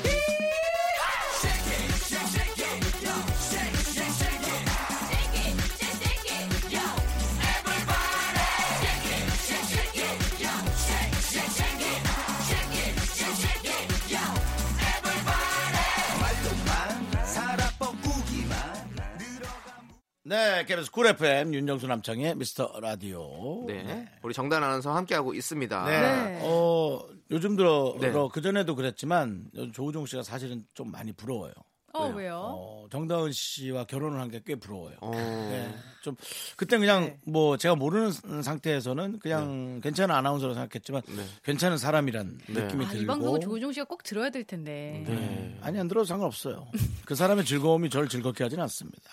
Speaker 11: Yee-haw. Shake it, shake, shake it, yo. Shake, shake, shake it. Shake it, shake, shake it, yo. Everybody. Shake it, shake, shake it, yo. Shake, shake, shake it. Shake it, shake, shake it, yo. Everybody.
Speaker 1: 네, KBS 쿨 FM 윤정수 남창의 미스터 라디오.
Speaker 2: 네. 우리 정단 아나운서 함께하고 있습니다.
Speaker 1: 네. 어, 요즘 들어
Speaker 2: 네.
Speaker 1: 그 전에도 그랬지만 조우종 씨가 사실은 좀 많이 부러워요.
Speaker 10: 어 왜요?
Speaker 1: 어, 정다은 씨와 결혼을 한 게 꽤 부러워요.
Speaker 2: 어,
Speaker 10: 어. 아.
Speaker 1: 네, 좀 그때 그냥
Speaker 10: 네.
Speaker 1: 뭐 제가 모르는 상태에서는 그냥 괜찮은 아나운서로 생각했지만 괜찮은 사람이란 느낌이
Speaker 10: 아,
Speaker 1: 들고
Speaker 10: 이
Speaker 2: 어,
Speaker 10: 방송은 조우종 씨가 꼭 들어야 될 텐데.
Speaker 1: 네. 아니 안 들어도 상관없어요. 그 사람의 즐거움이 저를 즐겁게 하진 않습니다.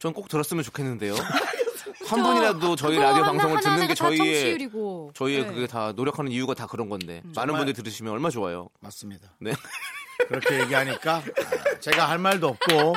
Speaker 2: 전 꼭 들었으면 좋겠는데요.
Speaker 10: 저-
Speaker 2: 한 번이라도 저희
Speaker 10: 어, 그거
Speaker 2: 라디오
Speaker 10: 하나-
Speaker 2: 방송을 듣는
Speaker 10: 하나하나가
Speaker 2: 게
Speaker 10: 다
Speaker 2: 저희의
Speaker 10: 청취율이고.
Speaker 2: 저희의
Speaker 10: 네. 음.
Speaker 2: 그게 다 노력하는 이유가 다 그런 건데 많은 분들이 들으시면 얼마 나 좋아요.
Speaker 1: 맞습니다.
Speaker 2: 네.
Speaker 1: 그렇게 얘기하니까 아, 제가 할 말도 없고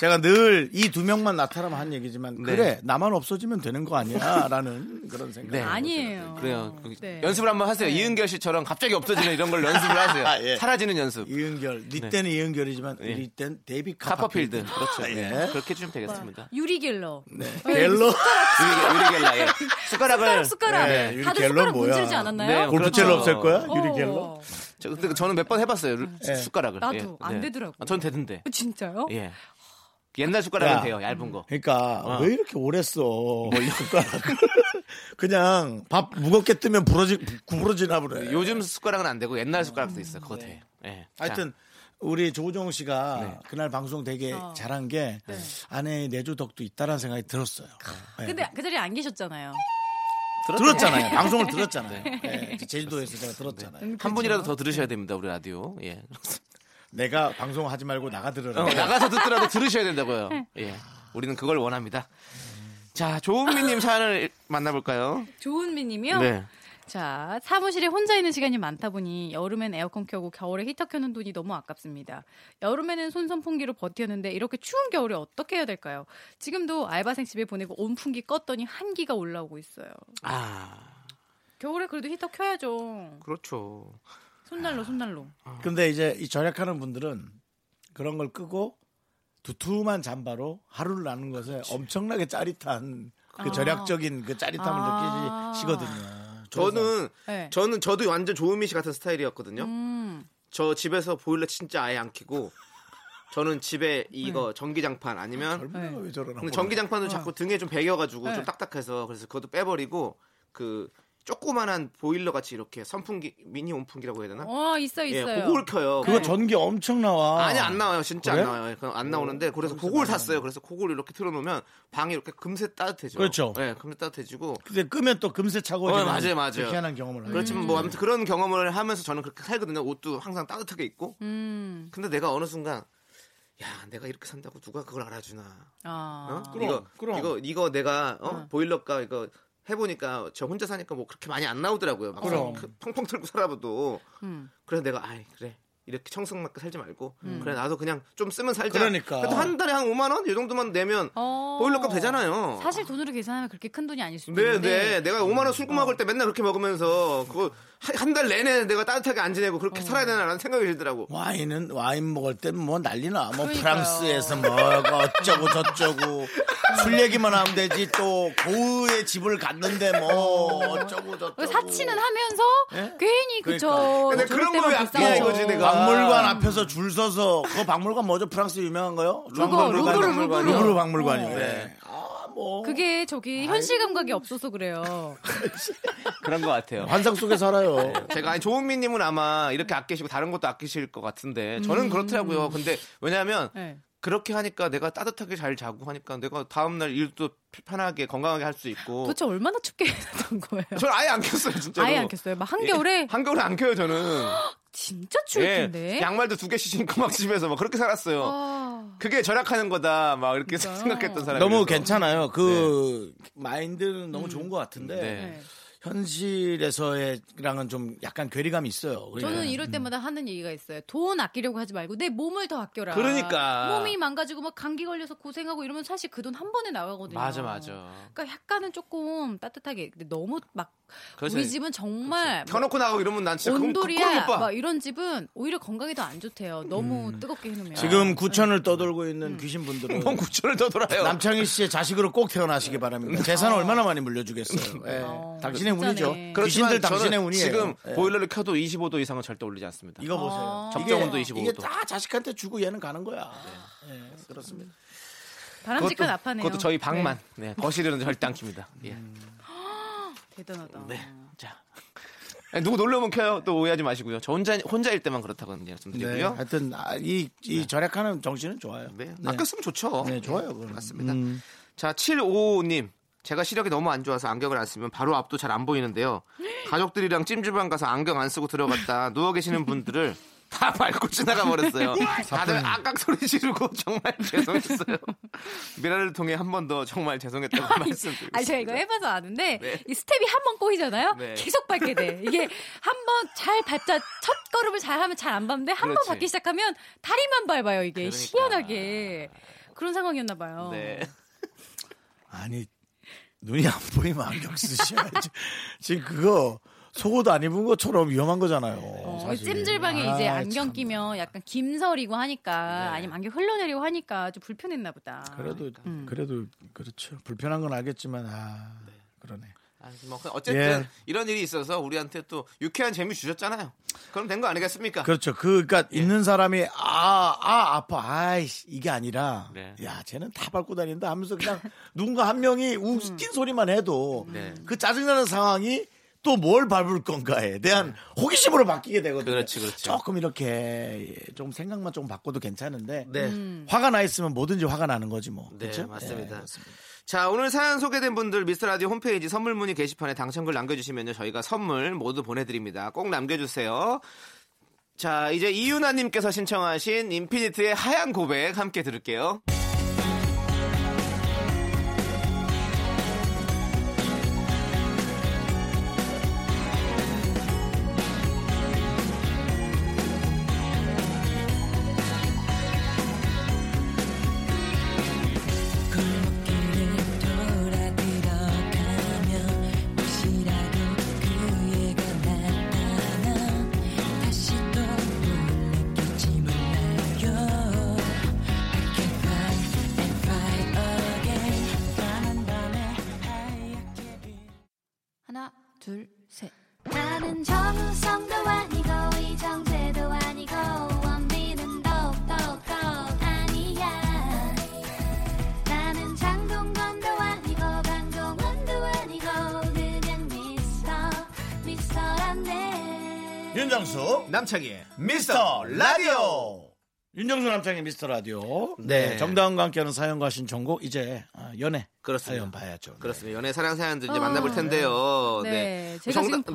Speaker 1: 제가 늘 이 두 명만 나타나면 한 얘기지만 그래 나만 없어지면 되는 거 아니야라는 그런 생각.
Speaker 2: 네.
Speaker 10: 아니에요.
Speaker 2: 그래요.
Speaker 10: 네.
Speaker 2: 연습을 한번 하세요. 이은결 씨처럼 갑자기 없어지는 이런 걸 연습을 하세요.
Speaker 1: 예.
Speaker 2: 사라지는 연습.
Speaker 1: 이은결, 니
Speaker 2: 네.
Speaker 1: 때는 이은결이지만
Speaker 2: 예.
Speaker 1: 우리 땐 데이비
Speaker 2: 카퍼필드.
Speaker 1: 카퍼필드.
Speaker 2: 그렇죠.
Speaker 1: 예.
Speaker 2: 네. 그렇게 해주면 되겠습니다.
Speaker 10: 유리 갤러. 네.
Speaker 1: 갤러.
Speaker 2: 어, 유리, 유리 갤라, 예. 숟가락을.
Speaker 10: 숟가락, 숟가락.
Speaker 2: 네.
Speaker 1: 유리
Speaker 10: 다들
Speaker 1: 갤러
Speaker 10: 숟가락
Speaker 1: 뭐야?
Speaker 10: 문질지 않았나요?
Speaker 2: 네,
Speaker 1: 골프채로 없앨
Speaker 2: 그렇죠.
Speaker 1: 거야?
Speaker 10: 어.
Speaker 1: 유리 갤러?
Speaker 2: 저, 근데 저는 몇 번 해봤어요. 루- 숟가락을.
Speaker 10: 나도
Speaker 2: 예.
Speaker 10: 안 어?
Speaker 2: 네.
Speaker 10: 되더라고.
Speaker 2: 아, 전 되던데.
Speaker 10: 진짜요?
Speaker 2: 예. 옛날 숟가락은
Speaker 1: 야.
Speaker 2: 돼요. 얇은 거.
Speaker 1: 그러니까
Speaker 2: 어. 뭐
Speaker 1: 왜 이렇게 오래 써? 숟가락을. 그냥 밥 무겁게 뜨면 부러지 구부러지나 보네.
Speaker 2: 요즘 숟가락은 안 되고 옛날 숟가락도 있어. 그거 돼. 예.
Speaker 1: 하여튼 우리 조우정 씨가
Speaker 2: 네.
Speaker 1: 그날 방송 되게 잘한 게 아내의 내조 덕도 있다라는 생각이 들었어요. 네.
Speaker 10: 근데 그 자리에 안 계셨잖아요.
Speaker 1: 들었잖아요. 방송을 들었잖아요. 네, 제주도에서 제가 들었잖아요.
Speaker 2: 한 분이라도 더 들으셔야 됩니다. 우리 라디오. 예.
Speaker 1: 내가 방송 하지 말고 나가 들으라.
Speaker 2: 어, 나가서 듣더라도 들으셔야 된다고요. 예. 우리는 그걸 원합니다. 자, 조은미님 사연을 만나볼까요?
Speaker 10: 조은미님이요.
Speaker 2: 네.
Speaker 10: 자, 사무실에 혼자 있는 시간이 많다 보니 여름엔 에어컨 켜고 겨울에 히터 켜는 돈이 너무 아깝습니다. 여름에는 손선풍기로 버텼는데 이렇게 추운 겨울에 어떻게 해야 될까요? 지금도 알바생 집에 보내고 온풍기 껐더니 한기가 올라오고 있어요.
Speaker 2: 아,
Speaker 10: 겨울에 그래도 히터 켜야죠.
Speaker 2: 그렇죠.
Speaker 10: 손난로 손난로.
Speaker 2: 어.
Speaker 1: 근데 이제 이 절약하는 분들은 그런 걸 끄고 두툼한 잠바로 하루를 나눈 것에 엄청나게 짜릿한 그
Speaker 2: 아.
Speaker 1: 절약적인 그 짜릿함을
Speaker 2: 아.
Speaker 1: 느끼시거든요.
Speaker 2: 저는
Speaker 10: 네.
Speaker 2: 저는 저도 완전 조은미 씨 같은 스타일이었거든요.
Speaker 10: 음.
Speaker 2: 저 집에서 보일러 진짜 아예 안 켜고 저는 집에
Speaker 10: 네.
Speaker 2: 이거 전기장판 아니면
Speaker 1: 왜 저러나
Speaker 2: 근데
Speaker 1: 모르겠네.
Speaker 2: 전기장판도
Speaker 1: 어.
Speaker 2: 자꾸 등에 좀 베겨가지고
Speaker 1: 네.
Speaker 2: 좀 딱딱해서 그래서 그것도 빼버리고 그 조그만한 보일러 같이 이렇게 선풍기 미니 온풍기라고 해야 되나?
Speaker 10: 어 있어
Speaker 2: 예,
Speaker 10: 있어요. 네.
Speaker 2: 그걸 켜요.
Speaker 1: 그거 전기 엄청 나와.
Speaker 2: 아니 안 나와요 진짜
Speaker 1: 그래?
Speaker 2: 안 나와요 예, 그건 안 나오는데 그래서 그걸 샀어요 그래서 그걸 이렇게 틀어놓으면 방이 이렇게 금세 따뜻해져
Speaker 1: 그렇죠.
Speaker 2: 예 금세 따뜻해지고
Speaker 1: 근데 끄면 또 금세 차고
Speaker 2: 어,
Speaker 1: 지금
Speaker 2: 맞아요 맞아요
Speaker 1: 그 희한한 경험을 하죠.
Speaker 2: 그렇지만 뭐 아무튼 그런 경험을 하면서 저는 그렇게 살거든요 옷도 항상 따뜻하게 입고
Speaker 10: 음.
Speaker 2: 근데 내가 어느 순간 야 내가 이렇게 산다고 누가 그걸 알아주나
Speaker 10: 아.
Speaker 2: 어? 이거 이거 이거 내가 어? 보일러가 이거 해보니까 저 혼자 사니까 뭐 그렇게 많이 안 나오더라고요. 막
Speaker 1: 그럼.
Speaker 2: 그 펑펑 털고 살아봐도
Speaker 10: 음.
Speaker 2: 그래서 내가 아이 그래 이렇게 청승맞게 살지 말고
Speaker 1: 음.
Speaker 2: 그래 나도 그냥 좀 쓰면 살자.
Speaker 1: 그러니까.
Speaker 2: 그래도 한 달에 한 5만 원 이 정도만 내면
Speaker 10: 어.
Speaker 2: 보일러값 되잖아요.
Speaker 10: 사실 돈으로 계산하면 그렇게 큰 돈이 아닐 수도
Speaker 2: 네,
Speaker 10: 있는데. 어.
Speaker 2: 네. 내가 5만 원 술꾼 먹을 때 맨날 그렇게 먹으면서 그거 한 달 내내 내가 따뜻하게 안 지내고
Speaker 10: 어.
Speaker 2: 그렇게 살아야 되나라는 생각이 들더라고.
Speaker 10: 뭐
Speaker 1: 와인은 와인 먹을 땐 뭐 난리나. 뭐
Speaker 2: 그러니까요.
Speaker 1: 프랑스에서 뭐 어쩌고 저쩌고 술 얘기만 하면 되지 또 고흐의 집을 갔는데 뭐 어쩌고 저쩌고.
Speaker 10: 그 사치는 하면서 괜히 그쵸.
Speaker 1: 그러니까. 근데
Speaker 10: 저럴
Speaker 1: 예? 그런
Speaker 10: 때만 어.
Speaker 1: 거 왜
Speaker 10: 불쌍하죠.
Speaker 1: 아끼냐 이거지 내가. 예, 박물관 앞에서 줄 서서 그 박물관 뭐죠? 프랑스 유명한 거요?
Speaker 10: 루브르, 루브르, 루브르. 어.
Speaker 1: 루브르 박물관이요. 네.
Speaker 10: 그게 저기 현실 감각이 없어서 그래요.
Speaker 2: 그런 것 같아요.
Speaker 1: 환상 속에 살아요.
Speaker 2: 제가 아니 조은미님은 아마 이렇게 아끼시고 다른 것도 아끼실 것 같은데 저는
Speaker 10: 음.
Speaker 2: 그렇더라고요. 근데 왜냐하면
Speaker 10: 네.
Speaker 2: 그렇게 하니까 내가 따뜻하게 잘 자고 하니까 내가 다음날 일도 편하게 건강하게 할 수 있고.
Speaker 10: 도대체 얼마나 춥게 했던 거예요?
Speaker 2: 저는 아예 안 켰어요 진짜로.
Speaker 10: 아예 안 켰어요. 막 한겨울에
Speaker 2: 예, 한겨울에 안 켜요 저는.
Speaker 10: 진짜 아, 추울
Speaker 2: 예,
Speaker 10: 텐데.
Speaker 2: 양말도 두 개씩 신고 막 집에서 막 그렇게 살았어요.
Speaker 10: 아.
Speaker 2: 그게 절약하는 거다 막 이렇게 생각했던 사람이.
Speaker 1: 너무 괜찮아요. 그 마인드는 너무 좋은 것 같은데
Speaker 2: 네.
Speaker 1: 현실에서의랑은 좀 약간 괴리감이 있어요.
Speaker 10: 예. 저는 이럴 때마다 하는 얘기가 있어요. 돈 아끼려고 하지 말고 내 몸을 더 아껴라.
Speaker 1: 그러니까.
Speaker 10: 몸이 망가지고 막 감기 걸려서 고생하고 이러면 사실 그 돈 한 번에 나가거든요.
Speaker 2: 맞아 맞아.
Speaker 10: 그러니까 약간은 조금 따뜻하게. 근데 너무 막
Speaker 2: 그렇죠.
Speaker 10: 우리 집은 정말
Speaker 2: 켜놓고 나가고 이러면 난 진짜 그건
Speaker 10: 온돌이야.
Speaker 2: 못 봐.
Speaker 10: 막 이런 집은 오히려 건강에 더 안 좋대요. 너무
Speaker 2: 음.
Speaker 10: 뜨겁게 해놓으면.
Speaker 1: 아. 지금 구천을 떠돌고 있는 귀신 분들은
Speaker 2: 뭔 구천을 떠돌아요?
Speaker 1: 남창희 씨의 자식으로 꼭 태어나시기 바랍니다. 재산 얼마나 많이 물려주겠어요. 예. 당신의 운이죠. 귀신들
Speaker 2: 그렇지만 저는
Speaker 1: 당신의 운이에요.
Speaker 2: 지금
Speaker 1: 예.
Speaker 2: 보일러를 켜도 25도 이상은 절대 올리지 않습니다.
Speaker 1: 이거
Speaker 10: 아.
Speaker 1: 보세요.
Speaker 2: 적정
Speaker 1: 이게-
Speaker 2: 온도
Speaker 1: 이게
Speaker 2: 25도.
Speaker 1: 다 자식한테 주고 얘는 가는 거야. 예, 그렇습니다.
Speaker 10: 바람직한 아파네요.
Speaker 2: 그것도 저희 방만.
Speaker 10: 네. 음.
Speaker 2: 네. 거실은 절대 안 킵니다. 예. 네.
Speaker 10: 대단하다.
Speaker 2: 아니, 누구 놀러 오면 켜요. 또 오해하지 마시고요. 저 혼자 혼자일 때만 그렇다고
Speaker 1: 네,
Speaker 2: 말씀드리고요.
Speaker 1: 하여튼 아, 이, 이 절약하는 정신은 좋아요.
Speaker 2: 네. 아껴 쓰면 좋죠.
Speaker 1: 네, 좋아요. 그건.
Speaker 2: 맞습니다. 자, 755님. 제가 시력이 너무 안 좋아서 안경을 안 쓰면 바로 앞도 잘 안 보이는데요. 가족들이랑 찜질방 가서 안경 안 쓰고 들어갔다 누워 계시는 분들을 다 밟고 지나가 버렸어요. 다들 악악 소리 지르고 정말 죄송했어요. 미라를 통해 한 번 더 정말 죄송했다고 말씀드리고
Speaker 10: 아니 제가 이거 해봐서 아는데
Speaker 2: 네.
Speaker 10: 이 스텝이 한 번 꼬이잖아요.
Speaker 2: 네.
Speaker 10: 계속 밟게 돼. 이게 한 번 잘 밟자 첫 걸음을 잘 하면 잘 안 밟는데 한 번
Speaker 2: 그렇지.
Speaker 10: 밟기 시작하면 다리만 밟아요 이게
Speaker 2: 그러니까.
Speaker 10: 희한하게 그런 상황이었나 봐요.
Speaker 2: 네.
Speaker 1: 아니 눈이 안 보이면 안경 쓰셔야지. 지금 그거 속옷 안 입은 것처럼 위험한 거잖아요.
Speaker 10: 어,
Speaker 1: 사실.
Speaker 10: 찜질방에 이제
Speaker 1: 아,
Speaker 10: 안경
Speaker 1: 참.
Speaker 10: 끼면 약간 김설이고
Speaker 2: 네.
Speaker 10: 하니까 아니면 안경 흘러내리고 하니까 좀 불편했나 보다.
Speaker 1: 그래도
Speaker 10: 음.
Speaker 1: 그래도 그렇죠. 불편한 건 알겠지만 아 그러네.
Speaker 2: 아, 뭐 어쨌든
Speaker 1: 예.
Speaker 2: 이런 일이 있어서 우리한테 또 유쾌한 재미 주셨잖아요. 그럼 된 거 아니겠습니까?
Speaker 1: 그렇죠. 그, 그니까,
Speaker 2: 예.
Speaker 1: 있는 사람이, 아, 아, 아파. 아이씨, 이게 아니라,
Speaker 2: 네.
Speaker 1: 야, 쟤는 다 밟고 다닌다 하면서 그냥 누군가 한 명이
Speaker 10: 음.
Speaker 1: 웃긴 소리만 해도
Speaker 2: 네.
Speaker 1: 그 짜증나는 상황이 또 뭘 밟을 건가에 대한 호기심으로 바뀌게 되거든요.
Speaker 2: 네. 그렇지, 그렇지.
Speaker 1: 조금 이렇게 예, 좀 생각만 좀 바꿔도 괜찮은데,
Speaker 2: 네. 음.
Speaker 1: 화가 나 있으면 뭐든지 화가 나는 거지 뭐.
Speaker 2: 네,
Speaker 1: 그렇죠?
Speaker 2: 맞습니다.
Speaker 1: 예.
Speaker 2: 자, 오늘 사연 소개된 분들 미스터 라디오 홈페이지 선물 문의 게시판에 당첨글 남겨주시면요. 저희가 선물 모두 보내드립니다. 꼭 남겨주세요. 자, 이제 이윤아님께서 신청하신 인피니트의 하얀 고백 함께 들을게요.
Speaker 11: 길을 돌아들어가면 도시락에 그애가 나타나 다시
Speaker 10: 둘, 셋.
Speaker 3: 나는 정우성도 아니고 이정재도 아니고 원빈은 더욱더 아니야 나는 장동건도 아니고 강동원도 아니고 그냥 미스터 미스터란데
Speaker 5: 윤정수
Speaker 1: 남창희의
Speaker 5: 미스터 라디오
Speaker 1: 예. 윤정수 남창희 미스터 라디오 네,
Speaker 2: 네.
Speaker 1: 정다은과 함께하는 사연과 신청곡 이제 아, 연애
Speaker 2: 그렇습니다.
Speaker 1: 사연 봐야죠
Speaker 2: 네.
Speaker 1: 네.
Speaker 2: 그렇습니다. 연애 사랑 사연들 이제
Speaker 10: 아,
Speaker 2: 만나볼 텐데요.
Speaker 10: 네,
Speaker 2: 네.
Speaker 10: 제가
Speaker 2: 정답-
Speaker 10: 지금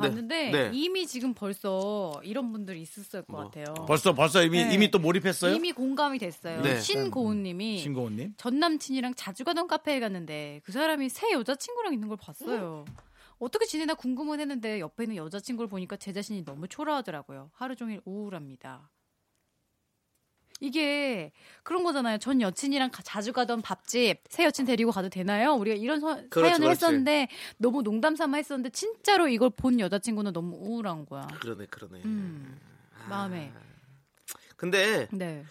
Speaker 2: 네.
Speaker 10: 봤는데
Speaker 2: 네.
Speaker 10: 이미 지금 벌써 이런 분들이 있었을 것 같아요.
Speaker 1: 벌써 벌써 이미
Speaker 10: 네.
Speaker 1: 이미 또 몰입했어요
Speaker 10: 이미 공감이 됐어요.
Speaker 1: 네.
Speaker 10: 신고은님이
Speaker 1: 신고은님
Speaker 10: 전 남친이랑 자주 가던 카페에 갔는데 그 사람이 새 여자친구랑 있는 걸 봤어요. 어떻게 지내나 궁금은 했는데 옆에 있는 여자친구를 보니까 제 자신이 너무 초라하더라고요. 하루 종일 우울합니다. 이게 그런 거잖아요. 전 여친이랑 가- 자주 가던 밥집 새 여친 데리고 가도 되나요? 우리가 이런 서,
Speaker 2: 그렇지,
Speaker 10: 사연을
Speaker 2: 그렇지.
Speaker 10: 했었는데 너무 농담 삼아 했었는데 진짜로 이걸 본 여자친구는 너무 우울한 거야.
Speaker 2: 그러네, 그러네. 아.
Speaker 10: 음, 마음에
Speaker 2: 근데
Speaker 10: 네.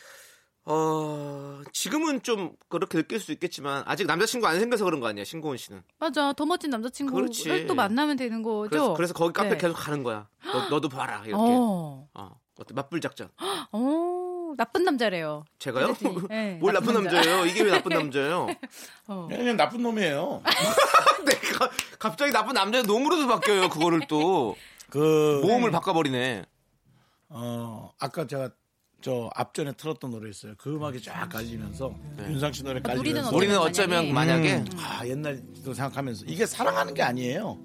Speaker 2: 어 지금은 좀 그렇게 느낄 수 있겠지만 아직 남자친구 안 생겨서 그런 거 아니야 신고은 씨는.
Speaker 10: 맞아 더 멋진 남자친구를
Speaker 2: 그렇지.
Speaker 10: 또 만나면 되는 거죠.
Speaker 2: 그래서, 그래서 거기 카페
Speaker 10: 네.
Speaker 2: 계속 가는 거야. 너, 도 봐라 이렇게.
Speaker 10: 어.
Speaker 2: 어. 어때 맞불 작전.
Speaker 10: 어 나쁜 남자래요.
Speaker 2: 제가요?
Speaker 10: 그랬더니, 네,
Speaker 2: 뭘 나쁜
Speaker 10: 남자.
Speaker 2: 남자예요? 이게 왜 나쁜 남자예요?
Speaker 10: 어.
Speaker 1: 네, 그냥 나쁜 놈이에요.
Speaker 2: 내가 갑자기 나쁜 남자 놈으로도 바뀌어요. 그거를 또
Speaker 1: 그
Speaker 2: 모험을 바꿔버리네.
Speaker 1: 어 아까 제가 저 앞전에 틀었던 노래 있어요 그 음악이 쫙 깔리면서
Speaker 2: 네.
Speaker 1: 윤상 씨 노래 깔리면서
Speaker 2: 우리는 어쩌면 만약에
Speaker 1: 음, 아 옛날도 생각하면서 이게 사랑하는 게 아니에요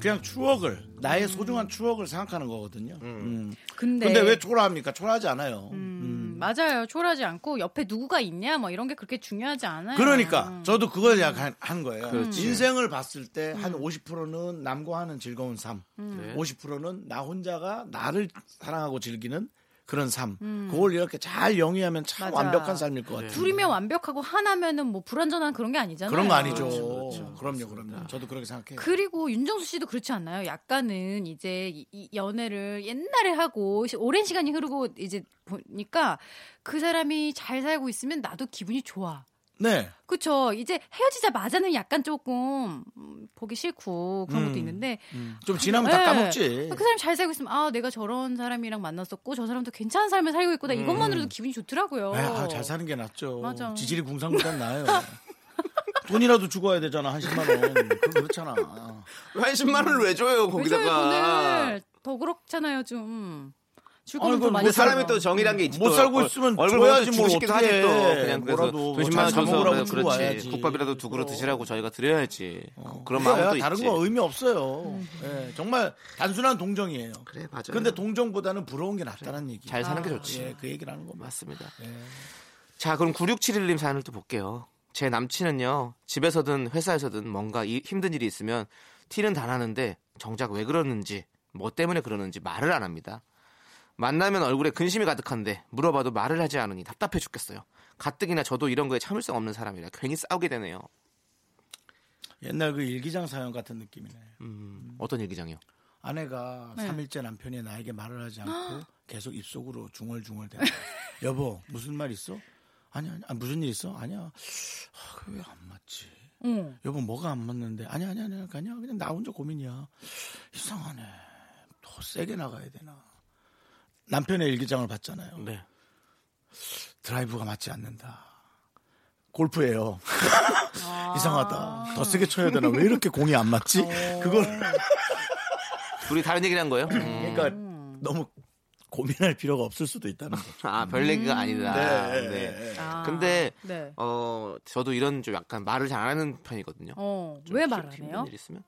Speaker 1: 그냥 추억을 나의 소중한 추억을 생각하는 거거든요 음.
Speaker 10: 근데,
Speaker 1: 근데 왜 초라합니까 초라하지 않아요
Speaker 10: 네. 음, 맞아요. 초라하지 않고 옆에 누구가 있냐 뭐 이런 게 그렇게 중요하지 않아요.
Speaker 1: 그러니까 저도 그걸 약간 한 거예요.
Speaker 2: 그렇지.
Speaker 1: 인생을 봤을 때
Speaker 10: 음.
Speaker 1: 한 50%는 남과 하는 즐거운 삶,
Speaker 2: 네.
Speaker 1: 50%는 나 혼자가 나를 사랑하고 즐기는 그런 삶. 그걸 이렇게 잘 영위하면 참
Speaker 10: 음. 맞아.
Speaker 1: 완벽한 삶일
Speaker 2: 네.
Speaker 1: 것 같아요.
Speaker 10: 둘이면 완벽하고 하나면은 뭐 불완전한 그런 게 아니잖아요.
Speaker 1: 그런 거 아니죠. 그럼요 그럼요. 저도 그렇게 생각해요.
Speaker 10: 그렇죠, 그리고 윤정수 씨도 그렇지 않나요? 약간은 이제 이- 이 연애를 옛날에 하고 시- 오랜 시간이 흐르고 이제 보니까 그 사람이 잘 살고 있으면 나도 기분이 좋아.
Speaker 1: 네.
Speaker 10: 그쵸. 이제 헤어지자마자는 약간 조금 음, 보기 싫고 그런
Speaker 1: 음,
Speaker 10: 것도 있는데
Speaker 1: 좀 지나면 다
Speaker 10: 네.
Speaker 1: 까먹지.
Speaker 10: 그 사람 잘 살고 있으면 아 내가 저런 사람이랑 만났었고 저 사람도 괜찮은 삶을 살고 있구나 이것만으로도 기분이 좋더라고요.
Speaker 1: 에, 음. 아, 잘 사는 게 낫죠.
Speaker 10: 맞아.
Speaker 1: 지질이 궁상보단 나아요. 돈이라도 죽어야 되잖아, 한 10만 원. 그거 그렇잖아.
Speaker 2: 음. 한 10만 원을 왜 줘요
Speaker 10: 왜 저의
Speaker 2: 거기다가?
Speaker 10: 돈을 더 그렇잖아요 좀.
Speaker 1: 아니,
Speaker 10: 줄거리
Speaker 1: 그건
Speaker 10: 더 많이
Speaker 2: 뭐 사람이
Speaker 10: 벌어.
Speaker 2: 또 정이란 게 있지.
Speaker 1: 못
Speaker 2: 또.
Speaker 1: 살고
Speaker 2: 얼-
Speaker 1: 있으면
Speaker 2: 얼굴
Speaker 1: 줘야지
Speaker 2: 보여서
Speaker 1: 뭘
Speaker 2: 죽고 싶기도
Speaker 1: 어떻게
Speaker 2: 하지 또.
Speaker 1: 해.
Speaker 2: 그냥 그래서
Speaker 1: 뭐라도
Speaker 2: 돈 10만 원
Speaker 1: 잘
Speaker 2: 줘서
Speaker 1: 먹으라고
Speaker 2: 그래서
Speaker 1: 주고 와야지. 어.
Speaker 2: 그렇지. 국밥이라도 두 그릇 드시라고 저희가 드려야지. 그런
Speaker 1: 그거야.
Speaker 2: 마음도 있지.
Speaker 1: 다른 거 의미 없어요. 예, 정말 단순한 동정이에요.
Speaker 2: 그래 맞아요.
Speaker 1: 근데 동정보다는 부러운 게 낫다는 얘기.
Speaker 2: 그렇죠. 잘 사는 게 좋지.
Speaker 1: 예, 그 얘기를 하는 거
Speaker 2: 맞습니다.
Speaker 1: 네.
Speaker 2: 자, 그럼 9671님 사연을 또 볼게요. 제 남친은요, 집에서든 회사에서든 뭔가 이- 힘든 일이 있으면 티는 다 나는데 정작 왜 그러는지, 뭐 때문에 그러는지 말을 안 합니다. 만나면 얼굴에 근심이 가득한데 물어봐도 말을 하지 않으니 답답해 죽겠어요. 가뜩이나 저도 이런 거에 참을성 없는 사람이라 괜히 싸우게 되네요.
Speaker 1: 옛날 그 일기장 사연 같은 느낌이네.
Speaker 2: 음, 어떤 얘기장이요?
Speaker 1: 아내가
Speaker 10: 네.
Speaker 1: 삼일째 남편이 나에게 말을 하지 않고 계속 입속으로 중얼중얼 대요. 여보, 무슨 말 있어? 아니, 아니, 아, 무슨 일 있어? 아니야. 아, 왜 안 맞지?
Speaker 10: 응.
Speaker 1: 여보, 뭐가 안 맞는데? 아니, 아니, 아니, 아니, 아니야. 그냥 나 혼자 고민이야. 이상하네. 더 세게 나가야 되나? 남편의 일기장을 봤잖아요.
Speaker 2: 네.
Speaker 1: 드라이브가 맞지 않는다. 골프예요.
Speaker 10: 아.
Speaker 1: 이상하다. 더 세게 쳐야 되나? 왜 이렇게 공이 안 맞지?
Speaker 10: 어.
Speaker 1: 그걸
Speaker 2: 우리 다른 얘기를 한 거예요? 음.
Speaker 1: 그러니까 너무 고민할 필요가 없을 수도 있다는 거.
Speaker 2: 아, 별 얘기가 아니다.
Speaker 1: 네,
Speaker 2: 네.
Speaker 10: 아,
Speaker 2: 근데
Speaker 10: 네.
Speaker 2: 어 저도 이런 좀 약간 말을 잘 안 하는 편이거든요.
Speaker 10: 어,
Speaker 2: 좀
Speaker 10: 왜
Speaker 2: 힘-
Speaker 10: 말 안
Speaker 2: 힘든
Speaker 10: 해요?
Speaker 2: 일 있으면